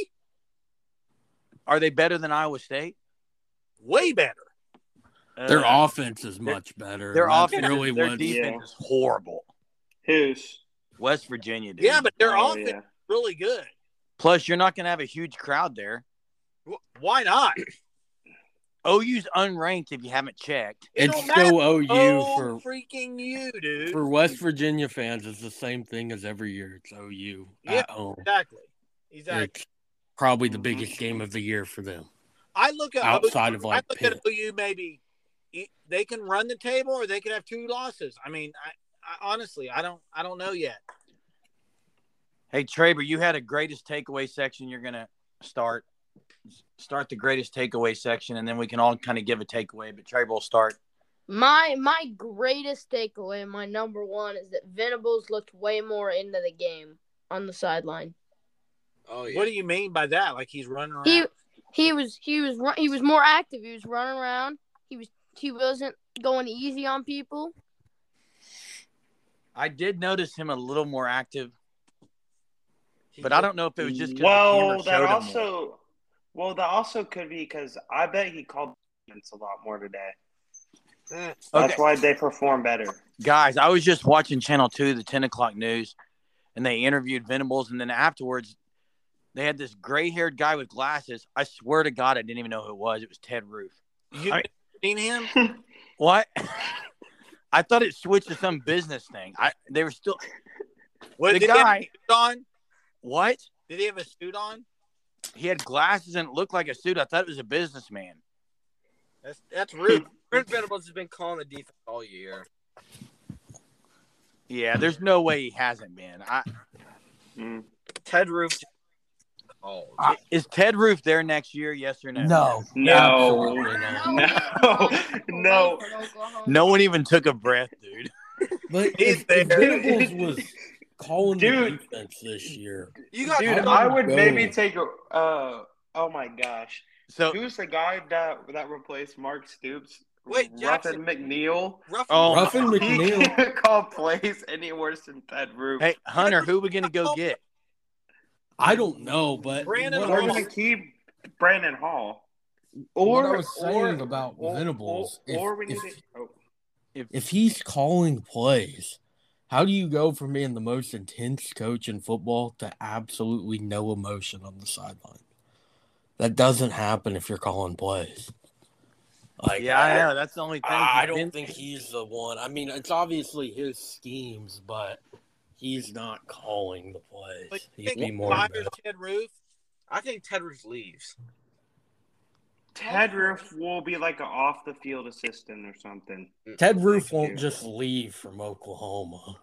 are they better than Iowa State?
way better.
Their
Uh,
offense is much better.
Their
That's
offense,
really
their
what-
defense is horrible.
Who's?
West Virginia, dude.
Yeah, but their
Oh,
offense
yeah.
is really good.
plus you're not going to have a huge crowd there.
Wh- Why not? It
OU's unranked if you haven't checked.
don't
it's
matter.
still OU
oh,
for
freaking you, dude.
for West Virginia fans. It's the same thing as every year. It's OU
Yeah.
at home.
exactly. Exactly.
It's probably
Mm-hmm.
the biggest game of the year for them.
I look at
Outside of, like,
I look
Pitt.
at OU maybe e- they can run the table or they could have two losses. I mean, I, I honestly I don't I don't know yet.
Hey, Traber, you had a greatest takeaway section. You're going to start start the greatest takeaway section, and then we can all kind of give a takeaway. But Traber will start.
My my greatest takeaway, my number one, is that Venables looked way more into the game on the sideline.
Oh
What do you mean by that? Like he's running around.
He he was he was run- he was more active. He was running around. He was he wasn't going easy on people.
I did notice him a little more active, but I don't know if it was just because
Well,
the
that
camera showed him. more.
also, well, that also could be because I bet he called defense a lot more today. Mm. That's
Okay.
why they perform better.
Guys, I was just watching Channel 2, the 10 o'clock news, and they interviewed Venables. And then afterwards, they had this gray haired guy with glasses. I swear to God, I didn't even know who it was. It was Ted Roof.
you
I-
seen him?
What? I thought it switched to some business thing. I they were still
What,
The
did he have a
guy-
suit on?
what?
Did he have a suit on?
He had glasses and it looked like a suit. I thought it was a businessman.
That's that's rude.
Brent Venables has been calling the defense all year.
Yeah, there's no way he hasn't been. I,
Mm.
Ted Roof. Oh,
I- is Ted Roof there next year? Yes or no?
No,
Absolutely not.
No. No.
No one even took a breath, dude.
But
He's
if, if
there.
Venables was calling the
Dude.
defense this year.
You got
Dude,
I'm
I would
going.
maybe take a. Uh, oh my gosh,
So
who's the guy that that replaced Mark Stoops?
Wait, Jackson-
Ruffin McNeil.
rough.
Oh,
Ruffin
He
McNeil.
can't call plays any worse than Ted Roof.
hey Hunter, who we gonna go get?
I don't know, but
Brandon
what I
We're
was-
gonna keep Brandon Hall.
What I was saying about Venables,
Or,
if-
or we need
if-
to, oh,
if he's calling plays, how do you go from being the most intense coach in football to absolutely no emotion on the sideline? That doesn't happen if you're calling plays. Like,
Yeah, I know. That's the only thing.
I, I
Ah,
he's
don't
been-
think he's the one. I mean, it's obviously his schemes, but he's not calling the
But
plays.
you
He'd be
think
more.
fires Ted Roof? I think Ted Roof leaves.
Ted Roof will be like an off the field assistant or something.
Ted Roof won't just leave from Oklahoma.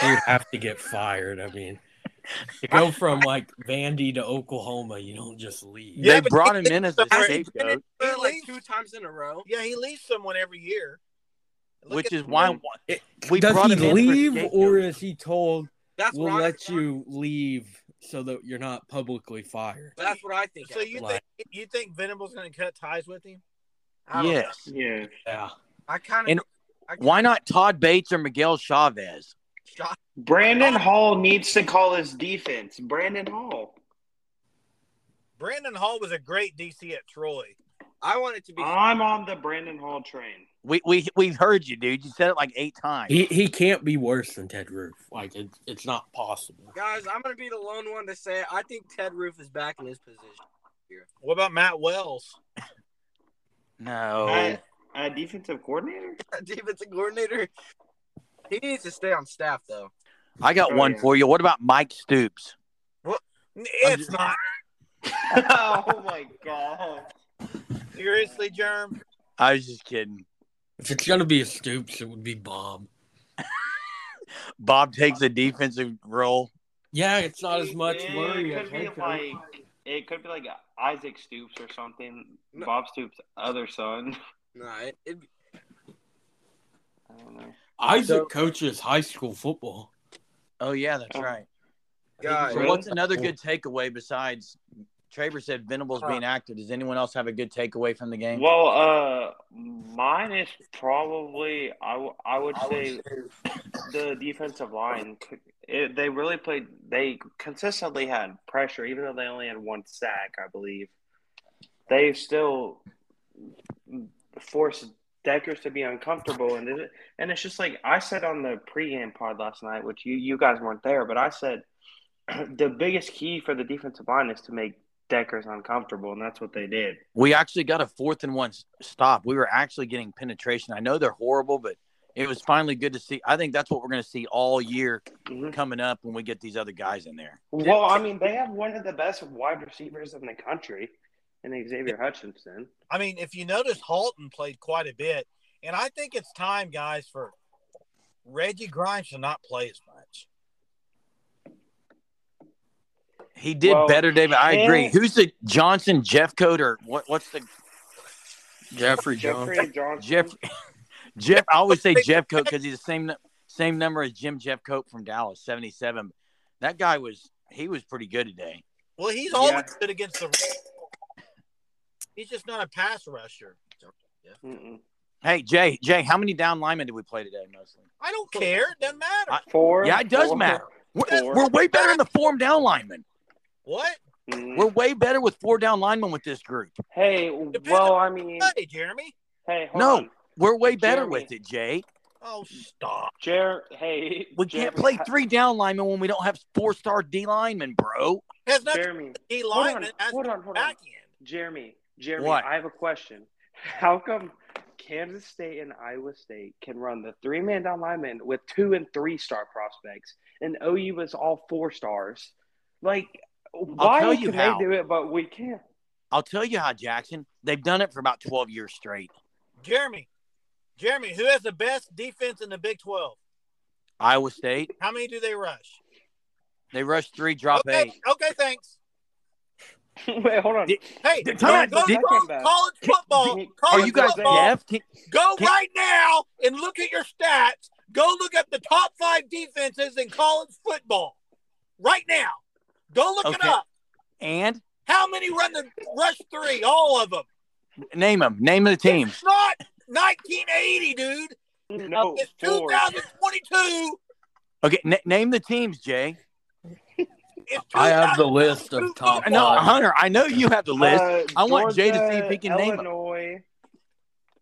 He'd have to get fired. I mean, to go from like Vandy to Oklahoma, you don't just leave.
They
Yeah, but
brought
he-
him in as the
Sorry.
scapegoat,
Like,
He leaves.
two times in a row.
Yeah, he leaves someone every year. Look
which
at-
is why
It-
we
Does
brought
he
him in for
leave,
scapegoat.
or is he told
That's
we'll
what I-
let you leave so that you're not publicly fired?
That's what I think.
So you
Like-
think you think Venable's going to cut ties with him?
I don't know.
yes.
Yeah.
Yeah,
I kind of.
And Why not Todd Bates or Miguel Chavez?
Brandon Hall needs to call his defense. Brandon Hall.
Brandon Hall was a great DC at Troy.
I want it to be.
I'm on the Brandon Hall train.
We we we heard you, dude. You said it like eight times.
he he can't be worse than Ted Roof. Like it, it's not possible.
Guys, I'm gonna be the lone one to say it. I think Ted Roof is back in his position.
What about Matt Wells?
Oh.
no,
Uh, uh, defensive coordinator?
Defensive coordinator. He needs to stay on staff though.
I got
Oh,
one
yeah.
for you. What about Mike Stoops?
It's not
oh my god.
seriously, Germ.
I was just kidding.
If it's gonna be a Stoops, it would be Bomb.
Bob takes a defensive role.
Yeah, it's not as much
It
worry. as
could be
head coach.
like it could be like Isaac Stoops or something. Bob Stoops' other son.
No, it, it'd be-
I don't know.
Isaac
So-
coaches high school football.
Oh yeah, that's
Oh.
right.
guys.
So what's another good takeaway besides? Traver said Venables being active. Does anyone else have a good takeaway from the game?
Well, uh, mine is probably I, w- I would say the defensive line. It, they really played. They consistently had pressure, even though they only had one sack, I believe. They still forced Deckers to be uncomfortable, and it, and it's just like I said on the pregame pod last night, which you you guys weren't there, but I said the biggest key for the defensive line is to make Deckers uncomfortable, and that's what they did.
We actually got a fourth and one s- stop. We were actually getting penetration. I know they're horrible, but it was finally good to see. I think that's what we're going to see all year
Mhm.
coming up when we get these other guys in there.
Well, I mean, they have one of the best wide receivers in the country, in Xavier Hutchinson.
I mean, if you notice, Halton played quite a bit, and I think it's time, guys, for Reggie Grimes to not play as much.
He did
Well,
better, David. I agree.
and-
Who's the Johnson Jeff Code or what? What's the
Jeffrey Johnson.
Jeffrey Johnson.
Jeff? Jeff. I always say Jeff Coat because he's the same nu- same number as Jim Jeff Coat from Dallas, seventy seven. That guy was he was pretty good today.
Well, he's
Yeah.
always good against the. run. He's just not a pass rusher.
Mm-mm.
Hey Jay, Jay, how many down linemen did we play today? Mostly.
I don't care. It doesn't matter.
I-
Four.
Yeah, it does
four.
matter. We're,
Four.
we're way better in the form down linemen.
what?
Mm.
We're way better with four down linemen with this group.
Hey, well, I mean,
Hey, Jeremy.
hey, hold
No.
on.
We're way better
Jeremy.
with it, Jay.
Oh, stop.
Jer, hey,
We
Jeremy,
can't play three down linemen when we don't have four star D linemen, bro.
Has nothing to
Jeremy,
do with D
hold on,
lineman as
hold on, hold on.
back end.
Jeremy, Jeremy,
What?
I have a question. How come Kansas State and Iowa State can run the three man down lineman with two and three star prospects, and OU is all four stars? Like, why
tell
can
you
they
how.
do it, but we can't?
I'll tell you how, Jackson. They've done it for about 12 years straight.
Jeremy. Jeremy, who has the best defense in the Big 12?
Iowa State,
How many do they rush?
they rushed three, drop
okay,
eight.
okay, thanks.
Wait, hold on.
Did-
Hey,
Did-
go, go
did-
go college football.
Did-
College
Are you guys
football.
deaf? Can-
Go
Can-
right now and look at your stats Go look up the top five defenses in college football right now. Go look it
Okay.
up.
And
How many run the rush three? All of them.
name them. Name the teams.
It's not 1980, dude.
No,
It's
four.
2022.
Okay, n- name the teams, Jay.
It's
I have the
2022
list of top
football.
No,
five.
Hunter. I know you have the list.
Uh,
I want Jay to see if
Georgia,
he can name 'em.
Illinois,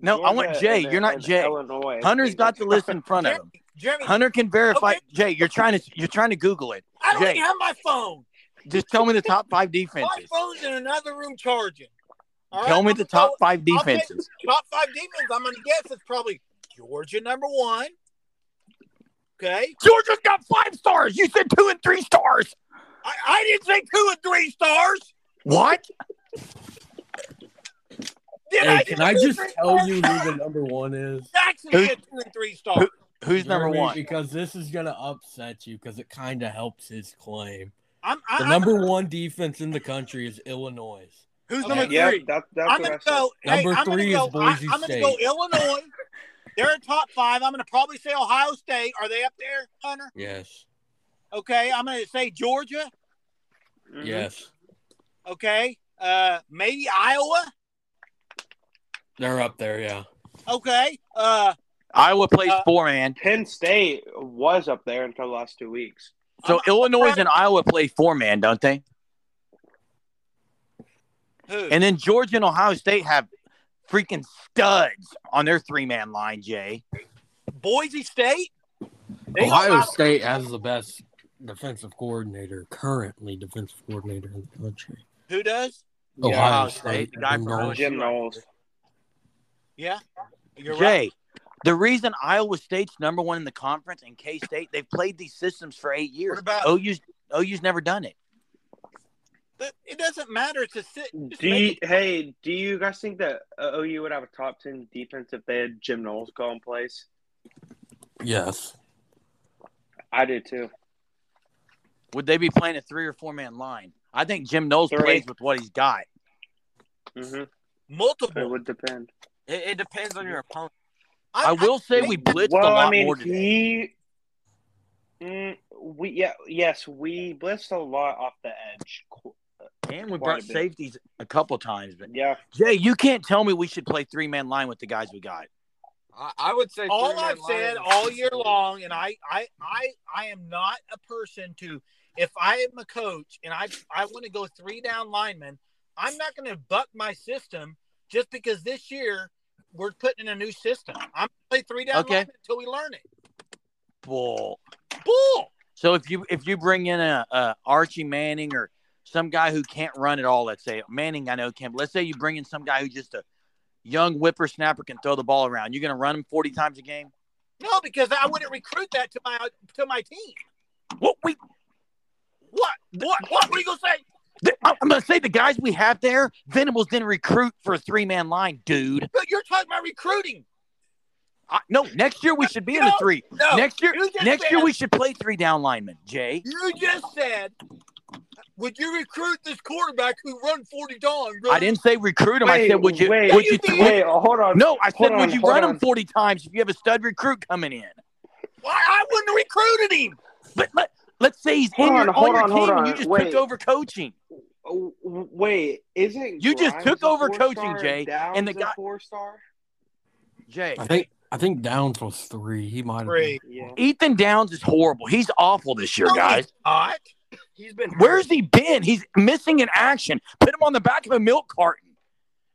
no, I want
Georgia
Jay.
and-
You're not
and
Jay.
Illinois.
Hunter's got the list in front of him.
Jeremy,
Hunter can verify.
Okay.
Jay, you're trying to you're trying to Google it.
I don't
Jay.
even have my phone.
Just tell me the top five
My
defenses.
phone's in another room charging. All
Tell
right,
me
I'm
the
gonna go-
top five
I'll take
defenses.
top five defense, I'm going to guess it's probably Georgia number one. Okay.
Georgia's got five stars. You said two and three stars.
I, I didn't say two and three stars.
What?
Did
Hey, can
Did
I
two and
just
three
tell
stars?
you who the number one is?
Jackson
Who-
had two and three stars.
Who's number
Jeremy,
one?
Because this is gonna upset you because it kind of helps his claim.
I'm, I,
The
I'm,
number one defense in the country is Illinois.
who's
Okay,
number
yeah,
three?
that, that's
I'm
what I
gonna
said.
go. hey,
Number
I'm gonna
three is
go, I,
Boise
am gonna go
State.
Illinois. They're in top five. I'm gonna probably say Ohio State. Are they up there, Hunter?
Yes.
Okay. I'm gonna say Georgia.
Mhm.
Yes.
Okay. Uh, maybe Iowa.
They're up there, yeah.
Okay. Uh,
Iowa plays
Uh,
four man.
Penn State was up there until the last two weeks.
So
I'm-
Illinois and Iowa play four man, don't they?
who?
And then Georgia and Ohio State have freaking studs on their three man line, Jay.
Boise State. They don't
Ohio
have-
State has the best defensive coordinator, currently defensive coordinator in the country.
Who does?
Ohio State, the guy
Jim
from
Oh,
Knowles.
LSU.
Jim Knowles.
Yeah. You're
Jay,
right.
the reason Iowa State's number one in the conference and K State, they've played these systems for eight years.
What about-
OU's, OU's never done it.
But it doesn't matter. It's a sit. just
Do
make
you, hey, do you guys think that uh, OU would have a top ten defense if they had Jim Knowles go in place?
Yes.
I do too.
Would they be playing a three or four man line? I think Jim Knowles
Three.
plays with what he's got.
hmm It
multiple.
would depend.
It, it depends on your opponent.
I will say we blitzed a
well,
lot
I mean,
more today.
he. Mm, we yeah yes we blitzed a lot off the edge. Qu-
and we
quite
brought
a bit.
safeties a couple times. But
Yeah,
Jay, you can't tell me we should play three man line with the guys we got.
I, I would say
all
three-man
I've
line
said
is-
all year long, and I, I, I, I am not a person to. If I am a coach and I, I want to go three down linemen, I'm not going to buck my system just because this year we're putting in a new system. I'm going to play three down
Okay.
linemen until we learn it.
Bull.
Bull.
So if you if you bring in a, a Archie Manning or some guy who can't run at all, let's say Manning, I know can. But let's say you bring in some guy who's just a young whippersnapper can throw the ball around. You're going to run him 40 times a game.
No, because I wouldn't recruit that to my to my team.
What we?
What? What? What? What are you going to say?
th- I- I'm going to say the guys we have there, Venables didn't recruit for a three man line, dude.
But you're talking about recruiting.
I, no, next year we should be in a
No,
three.
No.
next year,
you just
next year
said-
we should play three down linemen, Jay.
You just said, would you recruit this quarterback who run 40 dong?
I didn't say recruit him. I said, would you?
Wait,
would you?
you
would-
wait, oh, hold on.
no, I said,
Hold
would
on,
you
hold
run him
on.
forty times if you have a stud recruit coming in?
Why I wouldn't have recruited him.
But let let's say he's
Hold
in
on,
your,
hold
on your
on, hold
team and you
on.
just
Wait.
took over coaching.
Oh, w- Wait, isn't
You just
Grimes
took
a
over
four-star
coaching, Jay,
Downs
and the
a
guy-
four-star.
Jay,
I think I think Downs was three. He might have been.
Three.
Yeah,
Ethan Downs is horrible. He's awful this year, guys.
Not.
He's been hurt.
Where's he been? He's missing in action. Put him on the back of a milk carton.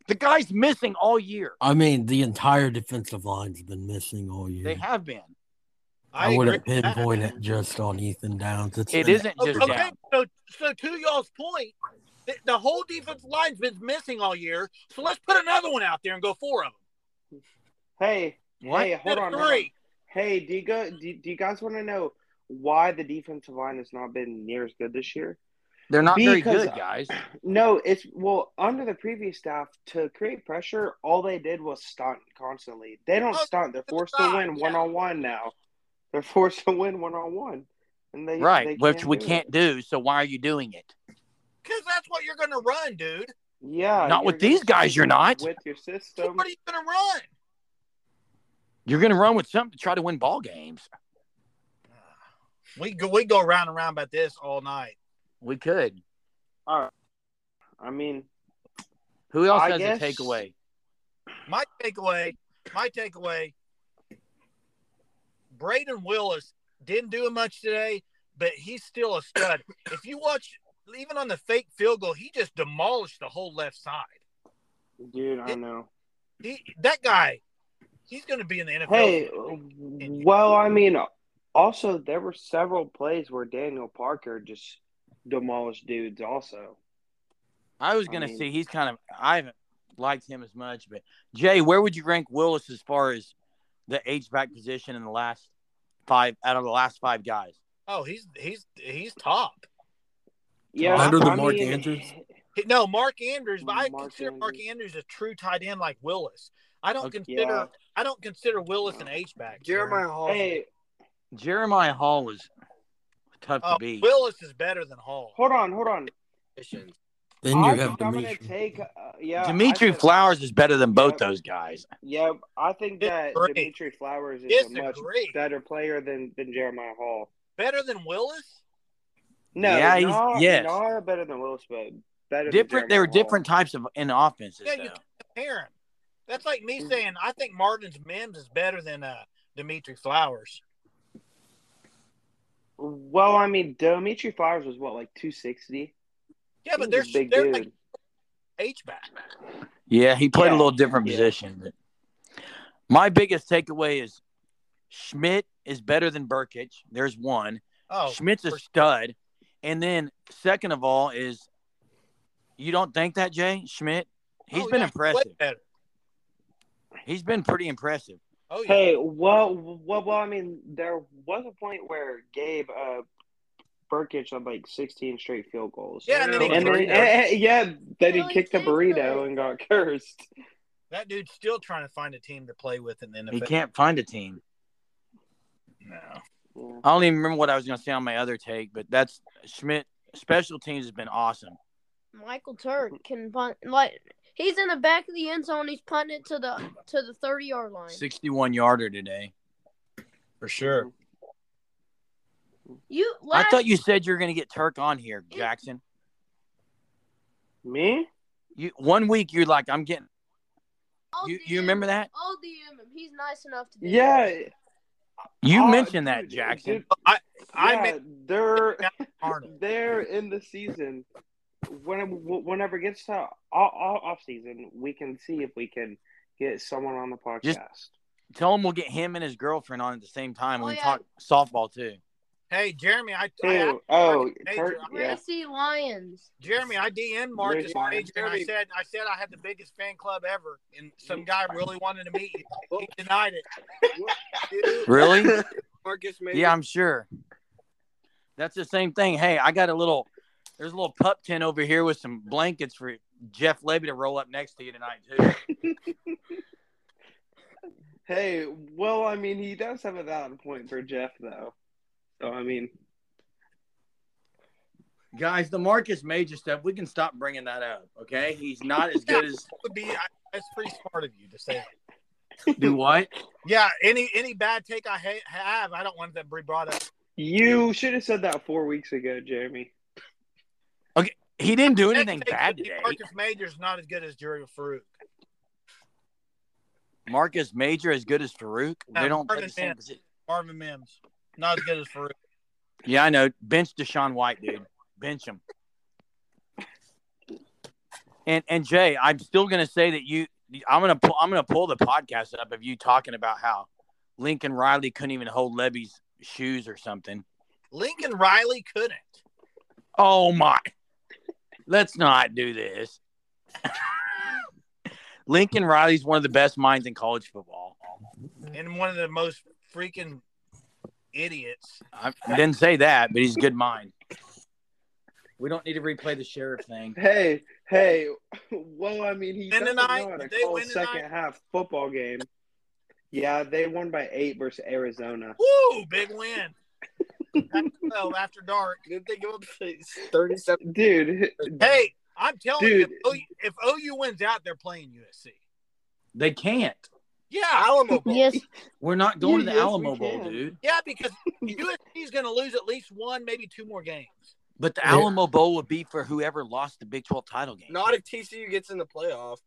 The guy's missing all year.
I mean, the entire defensive line's been missing all year.
They have been.
I,
agree
wouldn't
with that.
pinpoint it just on Ethan Downs. It's
It
been-
isn't just
Okay,
Downs.
so so to y'all's point, the, the whole defensive line's been missing all year. So let's put another one out there and go four of them.
Hey,
What?
hey, hold
Instead
on,
of
hold on.
three.
Hey, do you go? Do, do you guys want to know why the defensive line has not been near as good this year?
They're not
Because-
very good, guys.
No, it's well under the previous staff to create pressure. All they did was stunt constantly. They don't
Oh,
stunt. They're
the
forced
side,
to win
yeah.
one on one now. They're forced to win one on one, and they they
Right, which we
do it.
can't do. So why are you doing it?
Because that's what you're going to run, dude.
Yeah,
Not with
you're gonna
these guys, you're not.
With your
So
system,
what are you going to run?
You're going to run with something to try to win ball games.
We go we go round and round about this all night.
We could.
I mean,
Who else
I
has
guess-
a takeaway?
My takeaway, my takeaway. Braden Willis didn't do much today, but he's still a stud. if you watch, even on the fake field goal, he just demolished the whole left side.
dude, I know.
He that guy, he's going to be in the NFL.
Hey, uh, well, I mean, also there were several plays where Daniel Parker just demolished dudes. Also,
I was
I
going to
mean-
see. He's kind of. I haven't liked him as much, but Jay, where would you rank Willis as far as the H back position in the last five out of the last five guys?
Oh, he's he's he's top.
yeah,
Better than
I
Mark
mean,
Andrews?
He- No, Mark Andrews, but I
Mark
consider Mark Andrews a true tight end like Willis. I don't
Okay.
consider
Yeah.
I don't consider Willis an H back.
Jeremiah Hall.
Hey,
Jeremiah Hall was tough
Oh,
to beat.
Willis is better than Hall.
hold on, hold on.
Then you
I
have
think I'm gonna
Demetri.
take. Uh, yeah, I
Dimitri
said-
Flowers is better than both
Yep.
those guys.
Yeah, I think that
Disagree.
Dimitri Flowers is a much
Disagree.
better player than, than Jeremiah Hall.
Better than Willis?
No,
Yeah,
yeah,
he's-
not,
yes.
not better than Willis, but better.
Different.
Than
They
Jeremiah
were
Hall.
different types of in offenses.
Yeah, you
though.
compare him. That's like me saying I think Marvin's Mims is better than uh Dimitri Flowers.
Well, I mean, Dimitri Flowers was what, like two sixty?
Yeah, but they're
big
they're
dude.
like H back.
Yeah, he played
Yeah.
a little different
Yeah.
position. But my biggest takeaway is Schmidt is better than Burkich. There's one.
Oh,
Schmidt's a
for-
stud. And then second of all is you don't think that Jay Schmidt? He's
oh,
been
yeah, he's way
impressive.
better.
He's been pretty impressive.
Oh yeah.
Hey, well, well, well, I mean, there was a point where Gabe uh, Burkich had like sixteen straight field goals.
yeah, and then he
And then,
kicked
eh, eh, yeah, then
Oh,
he
he
kicked a
kicked
burrito
it.
and got cursed.
That dude's still trying to find a team to play with in the
He
NFL.
can't find a team.
No.
Yeah.
I don't even remember what I was going to say on my other take, but that's Schmidt. Special teams has been awesome.
Michael Turk can punt like he's in the back of the end zone. He's punting it to the to the thirty yard line.
61 yarder today.
For sure.
You
I
last
thought you said you were going to get Turk on here, Jackson.
Me? you
You one week you're like, I'm getting
I'll
you,
DM
you remember that?
I'll DM him. He's nice enough to. do
Yeah.
that.
You
uh,
mentioned that,
dude,
Jackson.
dude,
I
yeah,
made
they're
Arnold.
there in the season. Whenever, whenever it gets to all, all off season, we can see if we can get someone on the podcast.
Just- Tell him we'll get him and his girlfriend on at the same time
Oh,
and
yeah.
talk softball too.
Hey, Jeremy, I, I
Who? Oh,
Major,
Kurt,
I-
yeah.
Gracie Lions.
Jeremy, I DN Marcus
Where's Jeremy?
Major, and I said I said I had the biggest fan club ever, and some guy really wanted to meet you. He denied it.
Really?
Marcus Major.
yeah, I'm sure. That's the same thing. Hey, I got a little there's a little pup tent over here with some blankets for Jeff Levy to roll up next to you tonight too.
Hey, well, I mean, he does have a valid point for Jeff, though. So, I mean,
Guys, the Marcus Major stuff, we can stop bringing that up, okay? He's not as good as
That would be I, that's pretty smart of you to say. that.
do what?
Yeah, any any bad take I ha- have, I don't want that to be brought up.
you should have said that four weeks ago, Jeremy.
He didn't do anything
Next take
bad
would be
today.
Marcus Major's not as good as Jerry Farouk.
Marcus Major as good as Farouk. They
Yeah,
don't play
Marvin
the same
Mims.
position.
Marvin Mims not as good as Farouk.
Yeah, I know. Bench Deshaun White, dude. Bench him. And and Jay, I'm still gonna say that you. I'm gonna pull. I'm gonna pull the podcast up of you talking about how Lincoln Riley couldn't even hold Levy's shoes or something.
Lincoln Riley couldn't.
Oh my! Let's not do this. Lincoln Riley's one of the best minds in college football.
and one of the most freaking idiots.
I didn't say that, but he's a good mind. We don't need to replay the sheriff thing.
Hey, hey, well, I mean, he
Win
doesn't
tonight?
know how to
Did they
call
win
a second
tonight?
half football game. Yeah, they won by eight versus Arizona.
Woo, big win. well, after dark.
Did they give up thirty-seven?
Dude,
Hey, I'm telling
Dude.
you, if OU, if OU wins out, they're playing USC.
They can't.
Yeah, Alamo Bowl.
Yes,
We're not going to the
Yes, we
Alamo Bowl,
can.
dude.
Yeah, because USC's going to lose at least one, maybe two more games.
But the
Yeah.
Alamo Bowl would be for whoever lost the Big 12 title game.
Not if TCU gets in the playoff.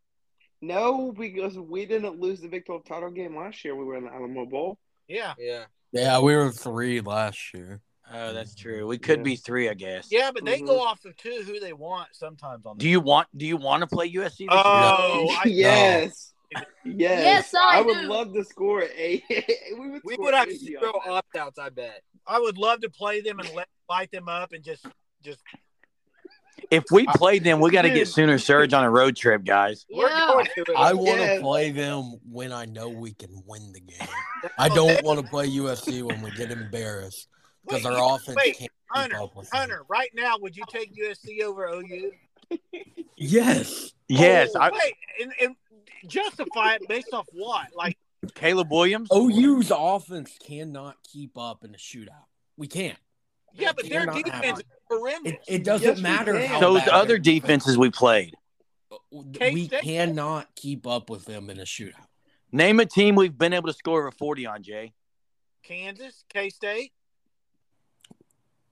No, because we didn't lose the Big 12 title game last year. We were in the Alamo Bowl.
Yeah.
Yeah.
Yeah, we were three last year.
Oh, that's true. We could
Yeah.
be three, I guess.
Yeah, but they
Mhm.
Mm-hmm.
go off of two who they want sometimes on the
Do you want Do you want to play USC? this year?
Oh, I,
yes. Yes.
Yes, I
would
do.
love to score eight. we would,
We
score
would have
eighty on
zero
that.
opt outs, I bet.
I would love to play them and let, light them up and just just
If we play them, we got to get
Dude.
Sooner Surge on a road trip, guys.
We're
yeah.
going to it.
Oh,
I want to
Yeah.
play them when I know we can win the game. I don't want to play USC when we get embarrassed because
Wait,
our offense
wait,
can't
Hunter,
keep up with them.
Hunter. Right now, would you take USC over OU?
Yes,
Yes,
Oh,
I,
wait, and, and justify it based off what? Like,
Caleb Williams.
OU's offense cannot keep up in a shootout. We can't.
yeah, but their
Cannot
defense
happen.
is horrendous.
It, it doesn't
Yes, we
matter
can.
how
Those
bad
other
they-
defenses we played.
we
K-State-
cannot keep up with them in a shootout.
Name a team we've been able to score over forty on, Jay.
Kansas, K State,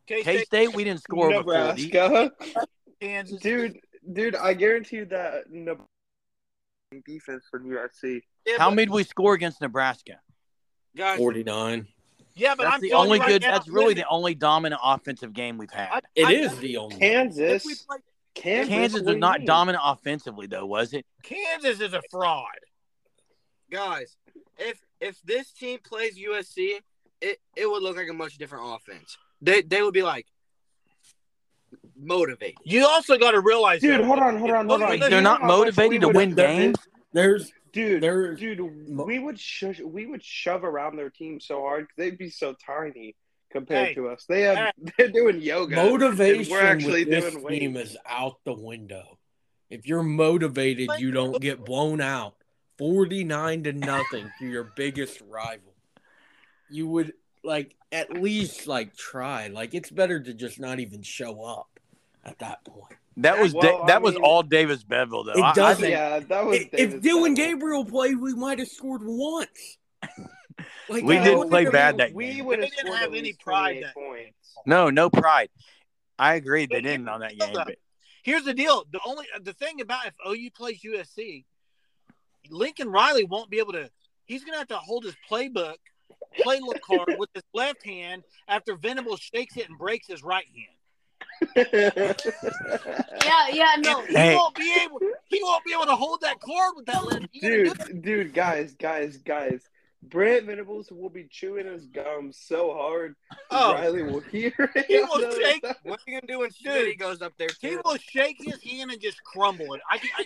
K
K
State,
State, we didn't score over forty.
Nebraska.
Kansas.
Dude, dude, I guarantee you that Nebraska defense from USC.
Yeah,
How
but-
many did we score against Nebraska?
Guys,
Forty-nine.
Yeah, but
That's
I'm
the
telling
only
you right
good.
now,
that's really
listen,
the only dominant offensive game we've had.
It
I-
is the only.
if
Kansas.
we play-
Kansas,
Kansas
what do
was
you
not
mean?
dominant offensively, though, was it?
Kansas is a fraud.
guys, if if this team plays USC, it, it would look like a much different offense. They they would be like motivated.
You also got to realize,
Dude,
though,
hold on, hold on, hold on.
They're
You know
not
how much
motivated
we
to
would
win
have done
games?
this?
There's
Dude,
there's
dude,
Mo-
we would shush, we would shove around their team so hard 'cause they'd be so tiny compared
Hey.
to us. They have
Hey.
they're doing yoga.
motivation.
We're actually
with this
doing
team
weights.
is out the window. If you're motivated, you don't get blown out forty-nine to nothing to your biggest rival. You would like at least like try. Like it's better to just not even show up at that point.
That was
Well,
da-
I
that was
mean-
all Davis Bevel, though.
It
I- I
doesn't-
think-
yeah, that was
If, if
David's bad.
Dylan Gabriel played, we might have scored once. Like
We
I
didn't
wouldn't
play
have
bad
been-
that
we
game.
would
They
have
didn't
scored
have
at
any
least
pride
28
that-
points.
no, no pride. I agree. They didn't on that game. But
here's the deal: the only the thing about if OU plays USC, Lincoln Riley won't be able to. He's gonna have to hold his playbook, playbook card with his left hand after Venable shakes it and breaks his right hand.
yeah, yeah, no.
And he
Hey.
won't be able. He won't be able to hold that card with that left hand.
dude, dude, guys, guys, guys. Brent Venables will be chewing his gum so hard,
Oh.
Riley will hear it.
He will shake.
What are you gonna do when Schmidt goes up there?
He
too?
will shake his hand and just crumble it. I, I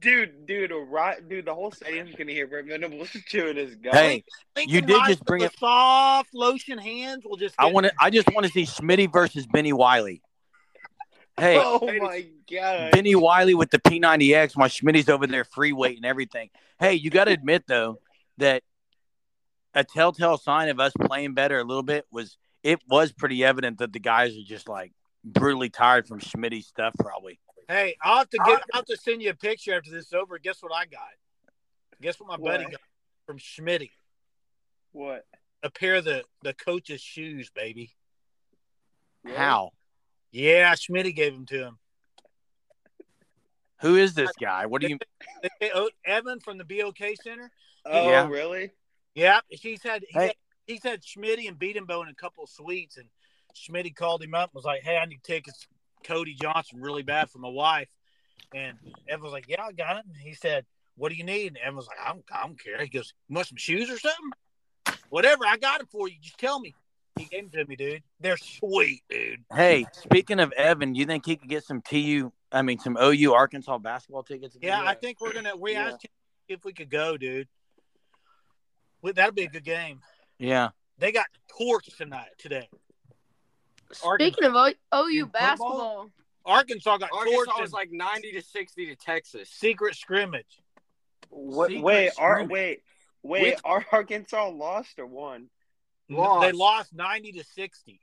Dude, dude, a right, dude, the whole stadium's gonna hear Brent Venables chewing his gum.
hey,
think
You
the
did
guys
just
with
bring
the
up-
soft lotion hands. Will just.
I
get-
want to. I just want to see Smitty versus Benny Wiley. Hey,
oh my god.
Benny Wiley with the P90X. My Smitty's over there free weight and everything. Hey, you got to admit though that a telltale sign of us playing better a little bit was it was pretty evident that the guys are just like brutally tired from Smitty's stuff. Probably
Hey, I'll have to get. I'll have to send you a picture after this is over. Guess what I got? Guess what my buddy
What?
got from Schmitty?
what?
A pair of the the coach's shoes, baby.
how?
Yeah, Schmitty gave them to him.
Who is this guy? What do you?
They- they- oh, Evan from the BOK Center.
Oh,
Yeah.
really?
Yeah, he's had he's,
Hey.
had, he's had Schmitty and Beatenbow in a couple of suites, and Schmitty called him up and was like, "Hey, I need tickets, Cody Johnson, really bad for my wife." And Evan was like, "Yeah, I got it." And he said, "What do you need?" And Evan was like, "I don't, I don't care." He goes, "You want some shoes or something? Whatever, I got them for you. Just tell me." He gave them to me, dude. They're sweet, dude.
Hey, speaking of Evan, you think he could get some TU? I mean, some OU Arkansas basketball tickets? again?
Yeah, I
Yeah.
think we're gonna. We
Yeah.
asked him if we could go, dude. Well, that'd be a good game.
Yeah.
They got torched tonight today.
Speaking of O- OU
Football?
basketball,
Arkansas got torched.
Arkansas
in-
was like ninety to sixty to Texas.
secret scrimmage.
What,
Secret
wait, Ar-
scrimmage.
wait, wait, Ar- Arkansas lost or won?
Lost.
They lost ninety to sixty.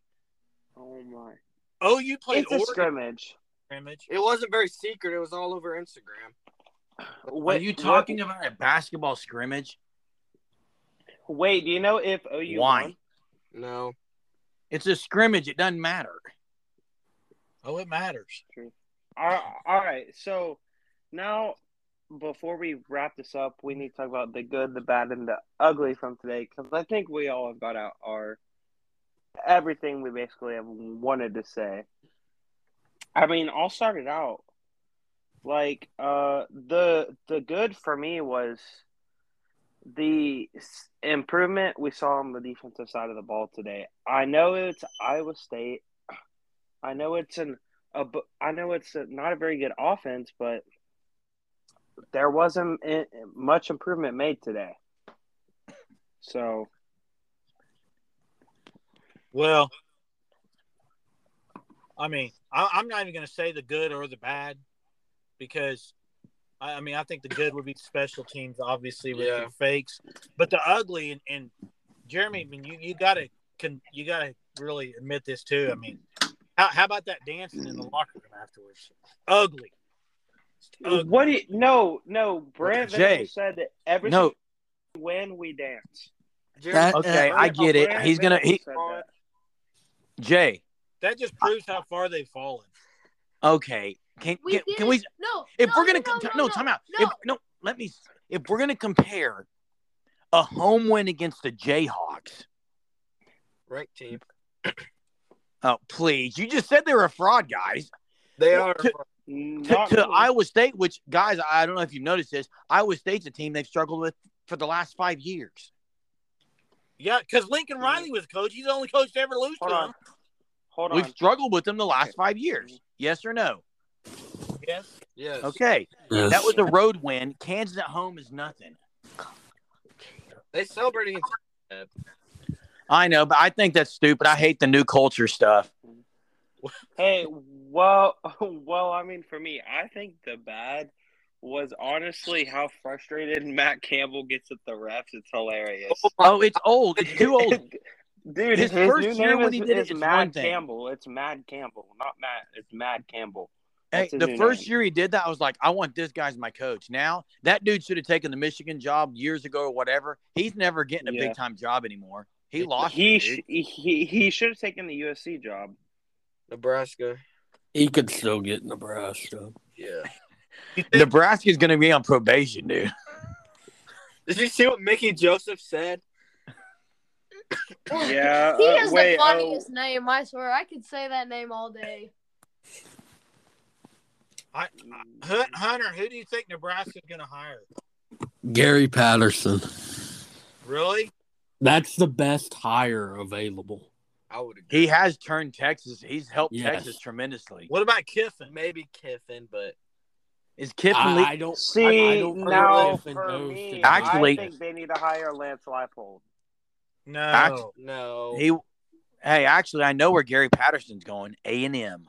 Oh my.
Oh, you played
It's a
Oregon
scrimmage.
scrimmage.
It wasn't very secret. It was all over Instagram.
What
Are you talking about a basketball scrimmage?
What, wait, do you know if OU
Why?
won?
No.
It's a scrimmage. It doesn't matter.
Oh, it matters.
All all right. So now, before we wrap this up, we need to talk about the good, the bad, and the ugly from today because I think we all have got out our everything we basically have wanted to say. I mean, all started out like uh, the the good for me was the s- improvement we saw on the defensive side of the ball today. I know it's Iowa State. I know it's an a bu- I know it's a, not a very good offense, but there wasn't i- much improvement made today. So
Well, I mean, I, I'm not even going to say the good or the bad because, I, I mean, I think the good would be special teams, obviously, with
Yeah.
your fakes. But the ugly and, and Jeremy, I mean, you you gotta can you gotta really admit this too. I mean, how, how about that dancing in the locker room afterwards? Ugly. It's
Oh,
ugly.
what? Do you, no, no. Brent
Jay,
Venables said that every
No,
single win we dance.
That- okay, I
Brent-
get it.
Brent
He's gonna. He,
Venables said that.
Jay.
That just proves how far they've fallen.
Okay. Can
We
can,
did
can we?
No.
If
no,
we're gonna
no,
com-
no, no,
time out.
No.
If, no, let me. If we're gonna compare a home win against the Jayhawks,
Right team.
oh please, you just said they were a fraud, guys.
They are.
Not
To, to
me.
Iowa State, which guys, I don't know if you've noticed this, Iowa State's a team they've struggled with for the last five years.
Yeah, because Lincoln Riley was coach. He's the only coach to ever lose
Mm-hmm. Hold
to
on.
him.
Hold
We've
on.
struggled with them the last five years. Yes or no?
Yes.
Yes.
Okay, that was a road win. Kansas at home is nothing.
They celebrating. in-
I know, but I think that's stupid. I hate the new culture stuff.
Hey, well, well, I mean, for me, I think the bad was honestly how frustrated Matt Campbell gets at the refs. It's hilarious.
Oh, it's old. It's too old.
Dude,
His
his,
first
new
year
name
when
is,
he did it,
is
it's one
Mad
thing.
Campbell. It's Mad Campbell, not Matt. It's Mad Campbell.
Hey,
That's his
the
new
first
name.
year he did that, I was like, I want this guy as my coach. Now that dude should have taken the Michigan job years ago or whatever. He's never getting a
Yeah.
big time job anymore. He lost.
He
it,
sh-
dude.
he he should have taken the USC job.
Nebraska.
He could still get Nebraska.
Yeah.
Nebraska's going to be on probation, dude.
Did you see what Mickey Joseph said?
Yeah,
He
uh,
has
wait,
the funniest name. I swear, I could say that name all day.
I, I- Hun- Hunter, who do you think Nebraska's going to hire?
Gary Patterson.
Really?
That's the best hire available.
I would agree.
He has turned Texas. He's helped
Yes.
Texas tremendously.
What about Kiffin?
Maybe Kiffin, but
Is Kiffin?
I,
le-
I don't
See
I- I don't really
now
think
for
those
me,
things-
Actually-
I think they need to hire Lance Leipold.
No.
Act-
no.
Oh. he, hey, actually, I know where Gary Patterson's going. A and M.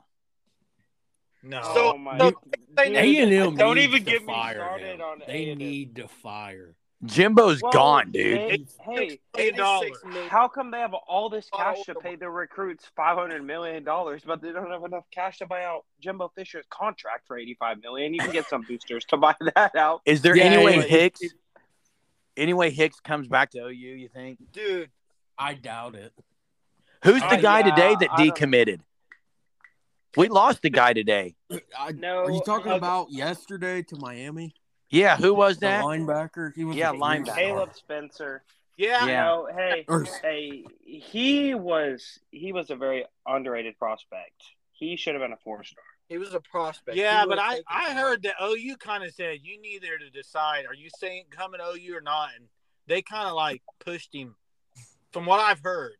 no.
So-
oh my,
so- they
dude,
A and M.
don't even get me
fire
started
him.
on
They
A&M.
need to fire.
Jimbo's
Well,
gone, dude.
they- hey,
million dollars.
How come they have all this cash to pay their recruits five hundred million dollars, but they don't have enough cash to buy out Jimbo Fisher's contract for eighty-five million? You can get some boosters to buy that out.
Is there
Yeah,
any way
anyway.
Hicks? Any way Hicks comes back to OU? You think?
Dude,
I doubt it.
Who's
Uh,
the guy
yeah,
today that
I don't-
decommitted? We lost the guy today.
I,
No, uh,
are you talking
okay.
about yesterday to Miami?
Yeah, who was
The
that?
linebacker. He was
Yeah,
a huge
linebacker.
star.
Caleb Spencer?
yeah.
Yeah.
No, hey,
Or-
hey, he was he was a very underrated prospect. He should have been a four-star.
he was a prospect.
Yeah,
He
but
would've
I,
taken
I
him.
heard that OU kind of said you need there to decide are you saying coming OU or not, and they kind of like pushed him. From what I've heard,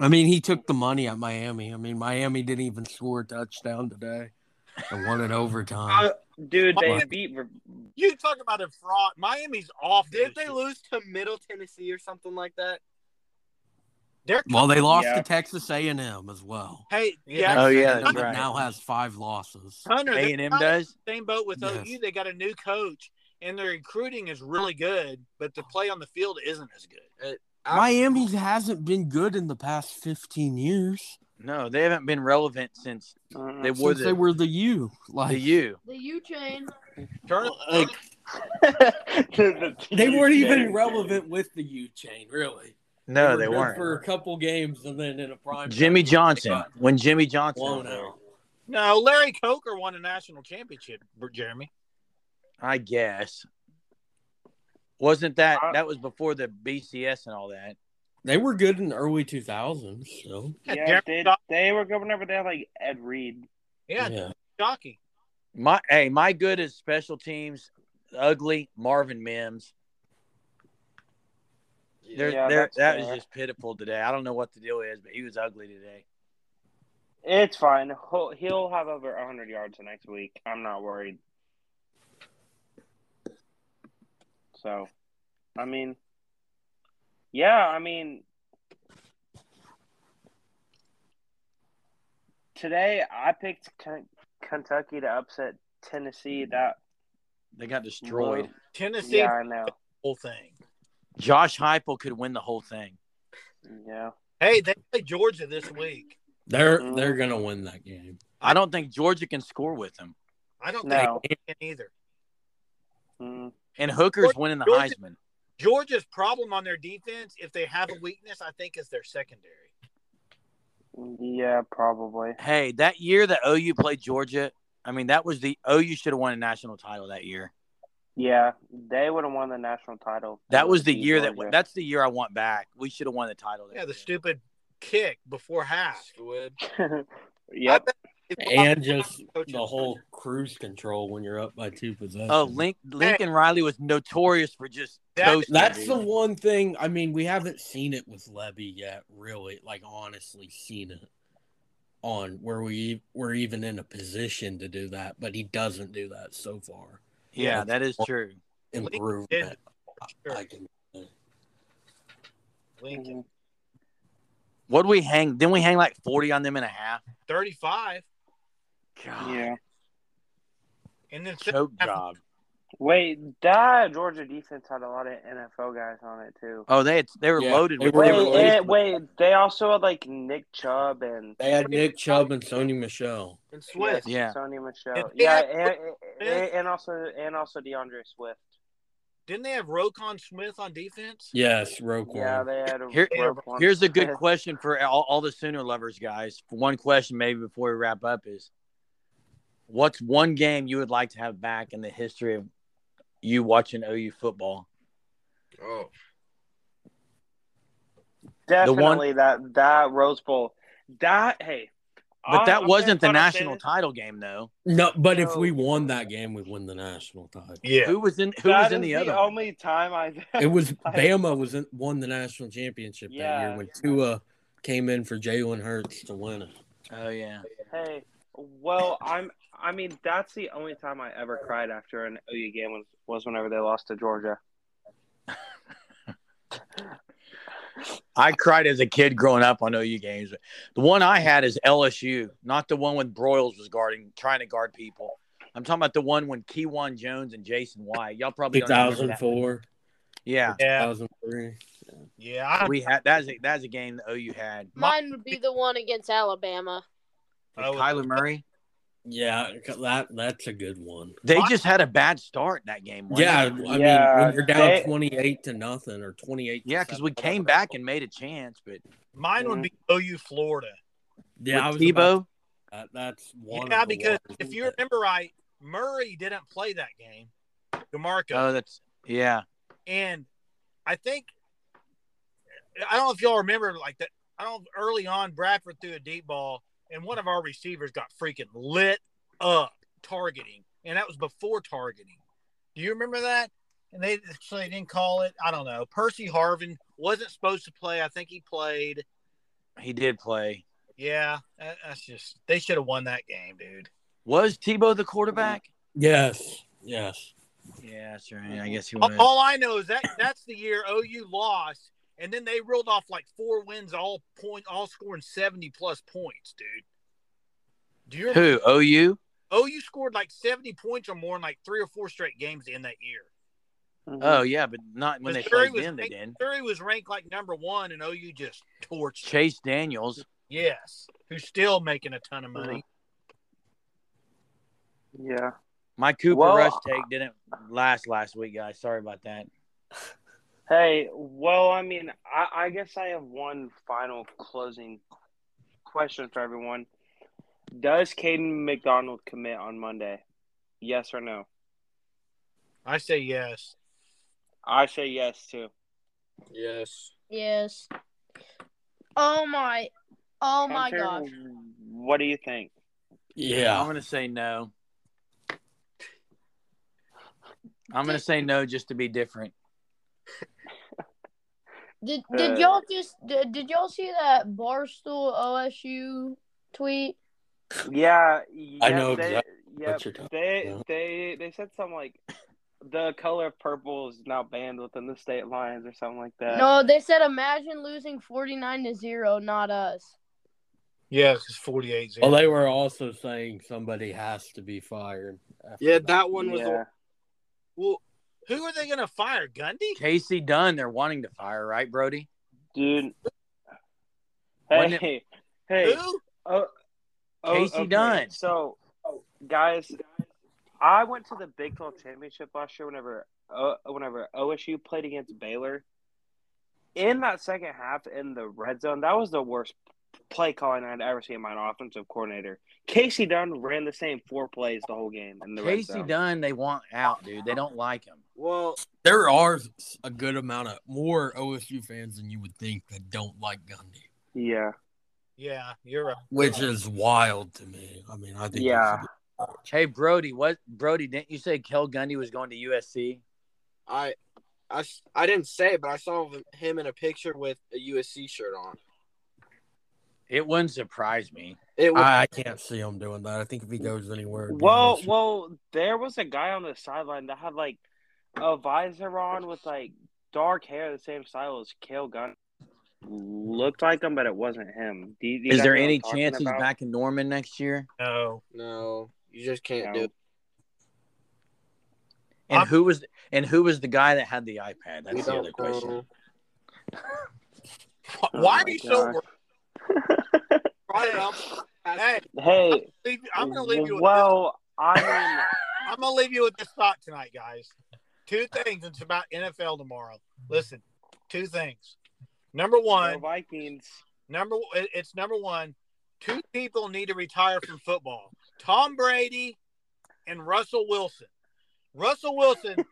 I mean, he took the money at Miami. I mean, Miami didn't even score a touchdown today. and won in overtime.
Uh, dude, they
What?
beat.
you talk about a fraud. Miami's off.
Did
this
they
year.
lose to Middle Tennessee or something like that?
They're
Well, they lost
Yeah.
to Texas A&M as well.
hey
Oh,
yeah.
yeah, that's
A&M
right.
Now has five losses.
Uh,
Hunter.
A
they're
and M
kinda
does.
same boat with
Yes.
OU. They got a new coach, and their recruiting is really good, but the play on the field isn't as good.
I-
Miami hasn't been good in the past 15 years.
No, they haven't been relevant since
Mm.
they were
Uh, Since they
the,
were the U. Like
the U.
The U chain.
Turn it.
Like they weren't even relevant with the U chain, really.
No,
were
they
good
weren't.
for a couple games, and then in a prime.
Jimmy
time, they
Johnson.
got
When Jimmy Johnson,
blown out.
No, Larry Coker won a national championship, Jeremy.
I guess, wasn't that that was before the BCS and all that?
They were good in the early 2000s. So
Yeah, they, they were good whenever they had like Ed Reed.
Yeah,
yeah.
Jockey.
My hey, my good is special teams. Ugly Marvin Mims. There,
Yeah,
there,
that's
that was
fair.
just pitiful today. I don't know what the deal is, but he was ugly today.
It's fine. He'll, he'll have over 100 yards the next week. I'm not worried. So, I mean, yeah, I mean, today I picked Ken- Kentucky to upset Tennessee. That
They got destroyed.
blew-
Tennessee
Yeah, I know.
whole thing.
Josh Heupel could win the whole thing.
Yeah.
Hey, they play Georgia this week.
they're they're gonna win that game.
I don't think Georgia can score with him.
I don't
No.
think they can either.
Mm,
And Hooker's winning the
Georgia-
Heisman.
Georgia's problem on their defense, if they have a weakness, I think is their secondary.
yeah, probably.
Hey, that year that OU played Georgia, I mean, that was the OU should have won a national title that year.
Yeah, they would have won the national title.
That was the
Beat
year that
Georgia.
that's the year I want back. We should have won the title. That
Yeah, the
year.
stupid kick before half.
Squid.
yep.
And just the whole cruise control when you're up by two possessions.
Oh, Link, Lincoln Riley was notorious for just
That-
coasting,
That's
dude.
the one thing. I mean, we haven't seen it with Levy yet, really. Like, honestly, seen it on where we e, we're even in a position to do that, but he doesn't do that so far.
yeah, that is true.
Improvement.
Sure.
I can-
Lincoln.
What we hang? Then we hang like forty on them and a half.
35.
God,
Yeah.
And then
choke job.
Wait, that Georgia defense had a lot of NFL guys on it too.
Oh, they had, they were
Yeah,
loaded.
they
with
were
Wait,
they were
loaded.
eh, wait, they also had like Nick Chubb and
They had Nick Chubb and Sony Michelle.
and Swift.
Yeah.
Sony Michelle.
And they
Yeah,
had-
and, and, and also and also DeAndre Swift.
Didn't they have Rokon Smith on defense?
Yes, Roquan.
Yeah, they had a
Here-
rope one.
Here's a good question for all, all the Sooner lovers, guys. One question, maybe before we wrap up, is what's one game you would like to have back in the history of you watching OU football?
Oh,
Definitely that that Rose Bowl. That hey,
But
I-
that
I'm
wasn't the
gonna put up
national
this-
title game, though.
No, but if
So-
we won that game, we win the national title.
Yeah.
Who was in? Who
That
was in
is
the other? one?
only time I.
It was
I-
Bama was in, won the national championship that
Yeah.
year when Tua came in for Jalen Hurts to win it.
Oh yeah,
Hey, well, I'm. I mean, that's the only time I ever cried after an OU game was, was whenever they lost to Georgia.
I cried as a kid growing up on OU games. The one I had is LSU, not the one when Broyles was guarding, trying to guard people. I'm talking about the one when Keywan Jones and Jason White. Y'all probably don't remember that.
2004,
Yeah,
Yeah.
2003.
Yeah. I,
we had that's a, that's a game that OU had.
Mine would be the one against Alabama.
I was-
Kyler Murray.
Yeah, that that's a good one.
They just had a bad start that game. wasn't
Yeah, I
it?
mean,
Yeah,
when you're down
they-
28 to nothing or 28, to
yeah, because we
seven,
came
whatever.
back and made a chance, but
mine would be OU Florida.
Yeah, I
with
was about
Tebow,
to- that- that's one.
yeah,
of the
because
ones.
if you remember right, Murray didn't play that game, DeMarco.
Uh,
oh, that's yeah,
and I think, I don't know if y'all remember, like that, I don't, early on, Bradford threw a deep ball, and one of our receivers got freaking lit up targeting. And that was before targeting. Do you remember that? And they, so they didn't call it. I don't know. Percy Harvin wasn't supposed to play. I think he played.
he did play.
Yeah, that- that's just they should have won that game, dude.
Was Tebow the quarterback?
yes, yes,
Mm-hmm.
Yeah, that's right. I guess he
All,
was.
all I know is that that's the year OU lost, and then they reeled off like four wins, all point, all scoring seventy plus points, dude. Do you remember?
Who? OU?
OU scored like seventy points or more in like three or four straight games in that year.
Mm-hmm.
Oh yeah, but not when they
Missouri
played
was
then. They
ranked-
did.
Missouri was ranked like number one, and OU just torched. them.
Chase Daniels.
Yes, who's still making a ton of money.
Yeah.
My Cooper
Well-
Rush take didn't last last week, guys. Sorry about that.
Hey, well, I mean, I, I guess I have one final closing question for everyone. Does Caden McDonald commit on Monday? Yes or no?
I say yes.
I say yes too.
Yes.
Yes. Oh my. Oh my
Hunter,
gosh.
What do you think?
I'm
Yeah.
gonna say no. I'm gonna say no just to be different.
Did did y'all just did, did y'all see that Barstool OSU tweet?
Yeah,
I
yeah,
know
they,
exactly
yeah,
you're talking
they
about.
they they said something like the color of purple is now banned within the state lines or something like that.
No, they said imagine losing 49 to 0, not us.
Yeah, because 48
Well, they were also saying somebody has to be fired. after
Yeah, that one was.
yeah.
Well, who are they going to fire? Gundy?
Casey Dunn, they're wanting to fire, right, Brody?
dude.
Wasn't
Hey, hey,
Who?
oh, oh,
Casey Dunn.
So, guys, I went to the Big Twelve championship last year. Whenever, uh, whenever OSU played against Baylor, in that second half in the red zone, that was the worst play calling I'd ever seen by an offensive coordinator. Casey Dunn ran the same four plays the whole game in the
Casey
red zone.
Dunn, they want out, dude. They don't like him.
Well,
There are a good amount of more OSU fans than you would think that don't like Gundy,
Yeah,
Yeah, you're right.
which is wild to me. I mean, I think.
Yeah.
that's-
Hey, Brody, what? Brody, didn't you say Kel Gundy was going to USC?
I, I, s- I didn't say it, but I saw him in a picture with a USC shirt on.
It wouldn't surprise me.
It was,
I, I can't see him doing that. I think if he goes anywhere, it'd be
Well,
OSU.
well, there was a guy on the sideline that had like a visor on with like dark hair, the same style as Kale Gun. Looked like him, but it wasn't him. Do you- do you
Is
guys
there
know what
any
I'm talking
chance he's
about?
back in Norman next year?
Oh
No.
no, you just can't
No.
do. It.
And
I'm-
who was and who was the guy that had the iPad?
We
That's the
don't
other question.
know.
Wh-
Oh
Why
my
are you so
gosh.
worried?
Right up.
Hey,
Hey,
leave- I'm going to leave you with this.
well, I mean,
I'm gonna leave you with this thought tonight, guys. Two things. It's about NFL tomorrow. Listen, two things. Number
the
one,
Vikings.
number it- it's number one. Two people need to retire from football: Tom Brady and Russell Wilson. Russell Wilson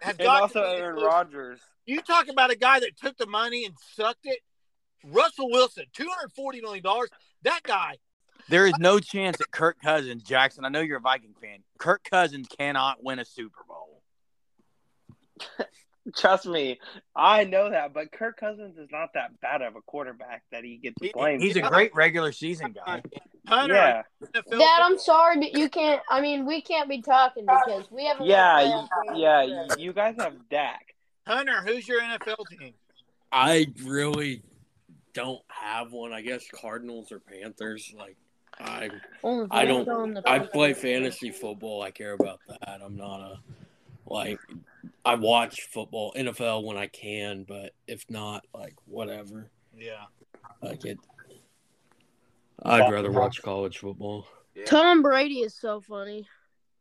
has
And
got.
also
to be the
Aaron
most-
Rodgers.
You talk about a guy that took the money and sucked it. Russell Wilson, two hundred forty million dollars. That guy
There is no chance that Kirk Cousins, Jackson. I know you're a Viking fan. Kirk Cousins cannot win a Super Bowl.
Trust me, I know that, but Kirk Cousins is not that bad of a quarterback that he gets
He-
blamed.
He's a great regular season guy.
Hunter.
yeah,
NFL
Dad, I'm sorry, but you can't. I mean, we can't be talking because we haven't.
yeah,
played
yeah.
games yet.
You guys have Dak.
Hunter, who's your NFL team?
I really don't have one. I guess Cardinals or Panthers. Like, I
Oh,
I don't-
they're on the-
I play fantasy football. I care about that. I'm not a like I watch football NFL when I can, but if not, like whatever.
Yeah.
Like it, I'd rather watch college football.
Tom Brady is so funny.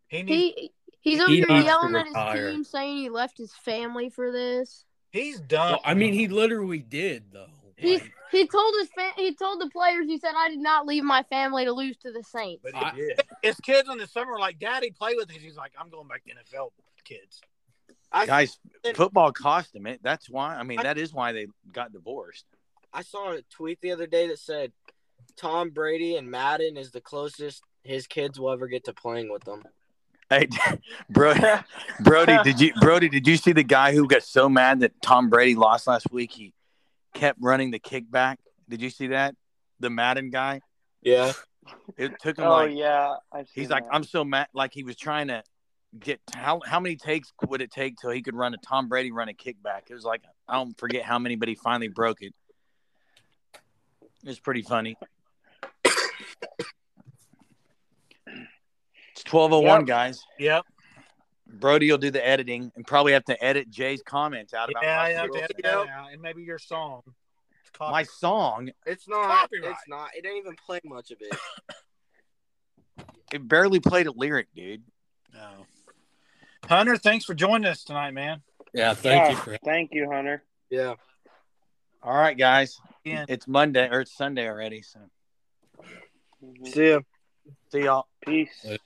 He needs
He he's
He
over here
needs to
yelling at his
retire.
team, saying he left his family for this.
He's done.
Well, I mean, he literally did though.
He
Like,
he told his fa- he told the players he said I did not leave my family to lose to the Saints.
but he
I-
did. His kids on the summer were like, Daddy, play with us. He's like, I'm going back to NFL kids.
I,
Guys, football cost him it. That's why. I mean, that is why they got divorced.
I saw a tweet the other day that said Tom Brady and Madden is the closest his kids will ever get to playing with them.
Hey, bro, Brody, did you Brody, did you see the guy who got so mad that Tom Brady lost last week? He kept running the kickback. Did you see that? The Madden guy.
Yeah.
It took him
Oh
like
yeah, I've
he's
seen
like
that.
I'm so mad. Like he was trying to get how how many takes would it take till he could run a Tom Brady run a kickback? It was like I don't forget how many, but he finally broke it. It's pretty funny. It's twelve oh one,
Yep.
guys.
Yep.
Brody will do the editing and probably have to edit Jay's comments out about
Yeah, I
my
have to
Super
edit
Bowl.
that out. And maybe your song. Copy.
my song.
It's not.
Copyright.
It's not. It didn't even play much of it.
It barely played a lyric, dude.
No. Hunter, thanks for joining us tonight, man.
Yeah, thank
Yeah,
you for
Thank you, Hunter.
yeah.
All right, guys.
Yeah.
It's Monday or it's Sunday already. So
Mhm.
See ya.
see y'all.
Peace.